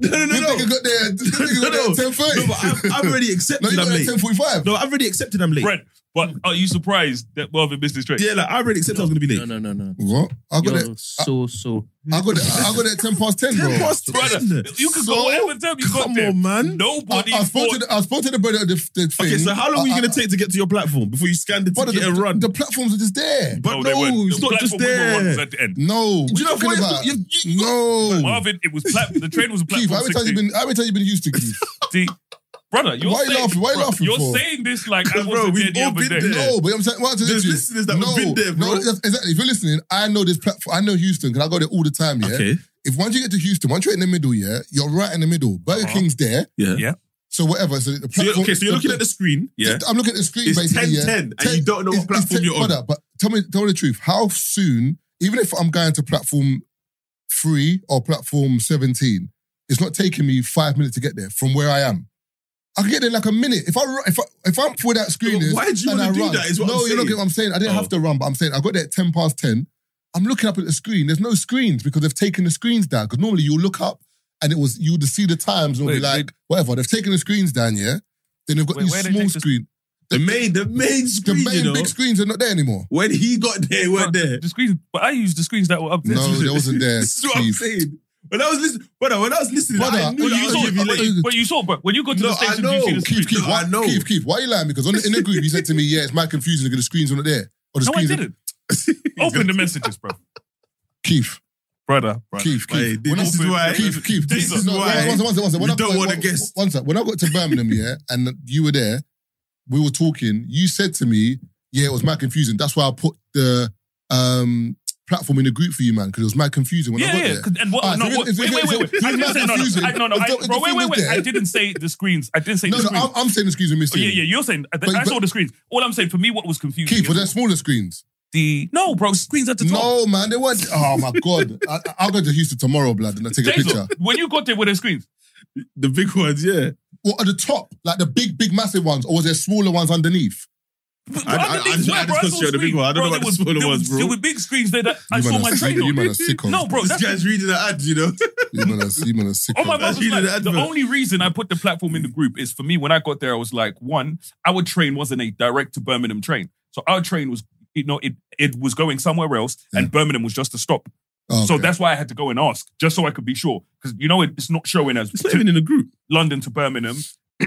no no no.
You got there. You
No,
got there
no.
at ten
No,
thirty.
but I've, I've already
No,
accepted
you got
I'm
there
late.
at ten forty-five.
No, I've already accepted I'm late.
Brent, but are you surprised that Marvin missed this train?
Yeah, like I already accepted I was going to be late.
No, no, no, no.
What? I got
You're
it.
so, so.
I got it. I got it at ten past ten, bro.
Ten past
Brother,
ten.
you can
So,
go whatever time you got
Come
there.
on, man.
I,
Nobody
I spoke to
thought-
the, I spoke to the brother at the, the thing.
Okay, so how long are you going to take to get to your platform before you scan the
Brother,
ticket
the,
and run?
the platforms are just there.
but
they
no,
weren't.
it's
The
not just
platform we were on
there. Mm.
was at the end.
No,
Do
what
you know
you
what?
talking
It's-
about?
you- you-
no,
Marvin, it was plat- the train was a
Keith, how
platform
many times you
16.
been? How many times you been used to Keith?
See, brother, you're
Why you
saying,
laughing? Why you
bro,
laughing
You're
for?
saying this like I
Because, bro, we've
wasn't there the
all
other
been
day.
there.
No, but I'm saying, what I'm saying
There's
to you-
listeners that have
no,
been there,
No,
bro.
that's- exactly. If you're listening, I know this platform. I know Houston because I go there all the time. Yeah.
Okay.
If once you get to Houston, once you're in the middle, yeah, you're right in the middle. Burger
Uh-huh.
King's there,
Yeah.
Yeah.
so whatever. So the
So
platform.
you're, okay, so you're looking at the screen. Yeah.
I'm looking at the screen.
It's
basically,
10,
yeah.
10, and you don't know what
it's- it's
platform
10
you're on.
brother, But tell me, tell me the truth. How soon? Even if I'm going to platform three or platform seventeen, it's not taking me five minutes to get there from where I am. I can get there in like a minute. If I ru- if I, if I'm for that screen,
But
is
why do you
and
wanna
I
do
run-
that is what
no,
I'm
you're not
saying.
getting what I'm saying. I didn't
Oh.
have to run, but I'm saying I got there at ten past ten. I'm looking up at the screen. There's no screens because they've taken the screens down. Because normally you look up and it was you would see the times and it'll be
Wait,
like whatever. They've taken the screens down, yeah. Then they've got
Wait,
these
where they
small
take the-
screen.
The main, the main
The
screen,
main
you know.
big screens are not there anymore.
When he got there, they weren't
Bro,
there.
The screens, but I used the screens that were up there.
No, they wasn't there.
This is what I'm
Steve.
saying. When I was listening, brother, when I was listening,
Brother,
I
when
knew
But
I
you
you
was
was
saw,
gonna be
listening-
but,
late.
you, but you saw, bro, when you go to
No,
the
I
station,
know.
you see the
Keith,
screens.
Keith,
No,
why,
I know.
Keith, Keith, why are you lying? Because on the, in the group, you said to me, yeah, it's mad confusing because the screens are not there. Or the
No, I
screens are-
didn't. Open the messages, bro.
Keith,
Brother, brother.
Keith, Keith.
Hey,
When I-
this is why.
Keith, Keef,
This is
no,
why
One, one, one, one, one,
we
one,
don't
one-
wanna
one-
guess.
One sec. When I got to Birmingham, yeah, and you were there, we were talking. You said to me, "Yeah, it was mad confusing. That's why I put the um, platform in the group for you, man, because it was mad confusing when I
yeah,
got
yeah.
there."
'cause- And what?
Ah,
no,
so
what,
if-
wait,
if-
wait,
if- if
wait, wait. I
it's
didn't
not
say no,
confusing,
no. I, no, no.
if
I,
the- if
bro,
the
wait,
thing
wait,
was
wait. I
there-
didn't say the screens. I didn't say
No,
the
no,
screens.
I'm, I'm saying the screens are
Oh,
missing.
yeah, yeah. You're saying I,
But-
I saw
but-
the screens. All I'm saying for me, what was confusing?
Keith, were
is
there smaller screens?
the no, bro. Screens at the top.
No, man, they weren't. Oh my god, I, I'll go to Houston tomorrow, blood, and I will take a picture.
Jason, when you got there with the screens,
The big ones, yeah.
Well, at the top, like the big, big, massive ones, or was there smaller ones underneath?
I- I- I just- I just consider the big one. I don't know about the smaller ones, bro.
There were big screens there that I
You
saw
man
my
are sick-
train
you
on.
man are sick on-
No, bro.
This
That's,
guy's reading the ads, you know.
You man are, you man are sick.
oh my
on-
mother's
reading
like,
the
the
advert.
only reason I put the platform in the group is for me. When I got there, I was like, one, our train wasn't a direct to Birmingham train, so our train was, you know, it it was going somewhere else, and Birmingham was just a stop.
Oh,
So
okay.
that's why I had to go and ask, just so I could be sure, because you know it, it's not showing as
It's not even in the group.
London to Birmingham.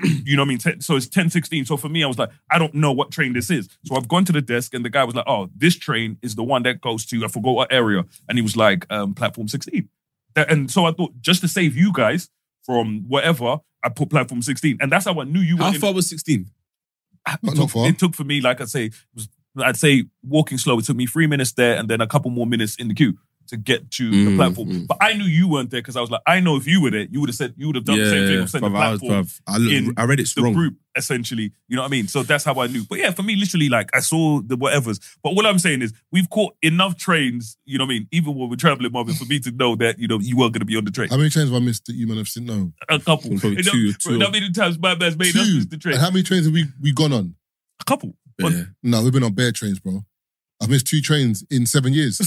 you know what I mean? Ten- so it's ten sixteen. So for me, I was like, I don't know what train this is. So I've gone to the desk and the guy was like, oh, this train is the one that goes to, I forgot what area. And he was like, um, platform 16. That- and so I thought, just to save you guys from whatever, I put platform 16. And that's how I knew you were
How
in-
far was 16?
Not,
it,
not
took,
far.
it took for me, like I say, it was, I'd say walking slow. It took me three minutes there and then a couple more minutes in the queue to get to the
Mm,
platform.
mm.
But I knew you weren't there because I was like, I know if you were there, you would have said you would have done the same thing of sending the
bruv, I was-
platform
bruv, I, look-
in
I read it
the
wrong.
group, essentially. You know what I mean? So that's how I knew. But yeah, for me, literally, like I saw the whatevers. But all I'm saying is we've caught enough trains, you know what I mean, even when we're traveling, Marvin, for me to know that, you know, you weren't gonna be on the train.
How many trains have I missed that you man have seen? No,
A couple.
Probably
You know,
two, two.
you know how many times my man's made us
two.
miss the train?
And how many trains have we we gone on?
A couple.
Yeah.
No, we've been on bare trains, bro. I've missed two trains in seven years.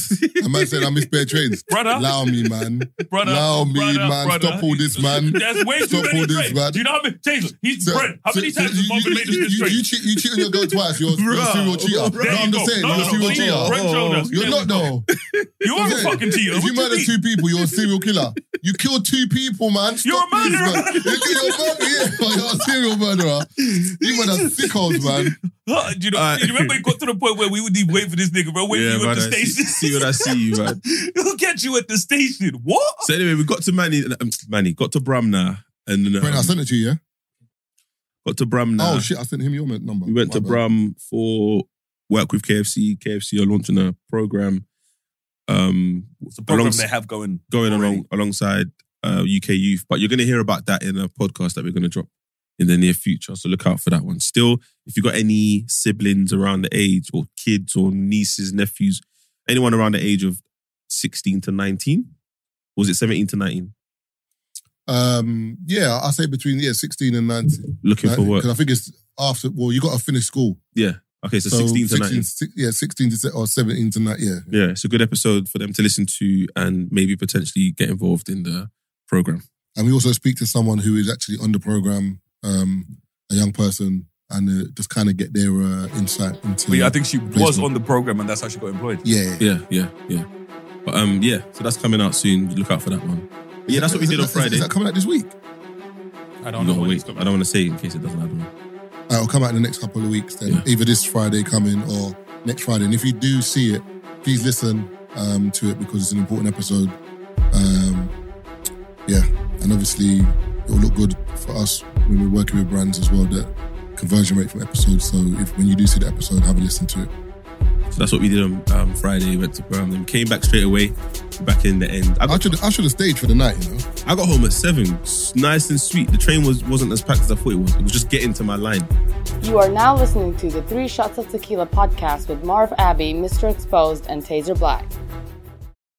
A man said I missed bare trains.
Brother.
allow me, man.
Brother,
Allow me,
brother,
man.
brother.
Stop all this, man.
There's way too
Stop all
many
this,
trains.
man.
Do you know how many? Taylor, he's
So-
Brent. How
so-
many
so
times has
you,
Marvin
you,
made us
you,
miss
you,
trains?
you cheat, you cheat on your girl twice. You're, you're a
Bruh.
serial cheater.
There
no,
you
I'm
go.
just saying,
No,
you're
no,
a serial
no.
cheater.
Brent Jones.
You're
Yeah,
not
we go.
though.
You are a fucking
If
cheater. What
you
do you
murder
mean?
two people, you're a serial killer. You kill two people, man.
You're a
Stop this,
murderer.
man. You're a murderer. Yeah, but you're a serial murderer. You man are sickos, man.
Huh, do you, know,
Uh,
you remember it got to the point where we would need wait for this nigga, bro. Wait for you
man,
at the
I see,
station.
see what I see you, man.
He'll catch you at the station. What?
So anyway, we got to Manny, um, Manny got to Bramna, and um,
Brent, I sent it to you, yeah?
got to Bramna.
Oh, shit, I sent him your number.
We went
My
to
bad.
Brum for work with KFC. KFC are launching a program, um,
It's a program
alongs-
they have going.
going
already.
along alongside uh, UK Youth. But you're going to hear about that in a podcast that we're going to drop in the near future. So look out for that one. Still, if you got any siblings around the age, or kids, or nieces, nephews, anyone around the age of 16 to 19, or was it 17 to 19?
Um, yeah, I say between yeah, 16 and 19.
Looking for work.
Because I think it's after, well, you got to finish school.
Yeah. Okay, so, 16 to 19.
si- yeah, 16 to se- or 17 to 19. Yeah.
Yeah, it's a good episode for them to listen to and maybe potentially get involved in the program.
And we also speak to someone who is actually on the program, um, a young person, and uh, just kind of get their uh, insight into.
But yeah, I think she was
placement.
on the program and that's how she got employed.
Yeah.
Yeah, yeah, yeah. But um, yeah, so that's coming out soon. Look out for that one. But yeah, that's what we
Is
did
that-
on
is-
Friday.
Is that coming out this week?
I
don't know. Wait, I don't want to say in case it doesn't happen.
Uh, it'll come out in the next couple of weeks. Then either this Friday coming or next Friday. And if you do see it, please listen um, to it because it's an important episode. Um, yeah, and obviously it will look good for us when we're working with brands as well. That conversion rate from episodes. So if when you do see the episode, have a listen to it.
So that's what we did on um, Friday. We went to Birmingham, came back straight away, back in the end. I,
I should I should have stayed for the night. You know,
I got home at seven, s- nice and sweet. The train was wasn't as packed as I thought it was. It was just getting to my line.
You are now listening to the Three Shots of Tequila podcast with Marv Abbey, Mr. Exposed, and Taser Black.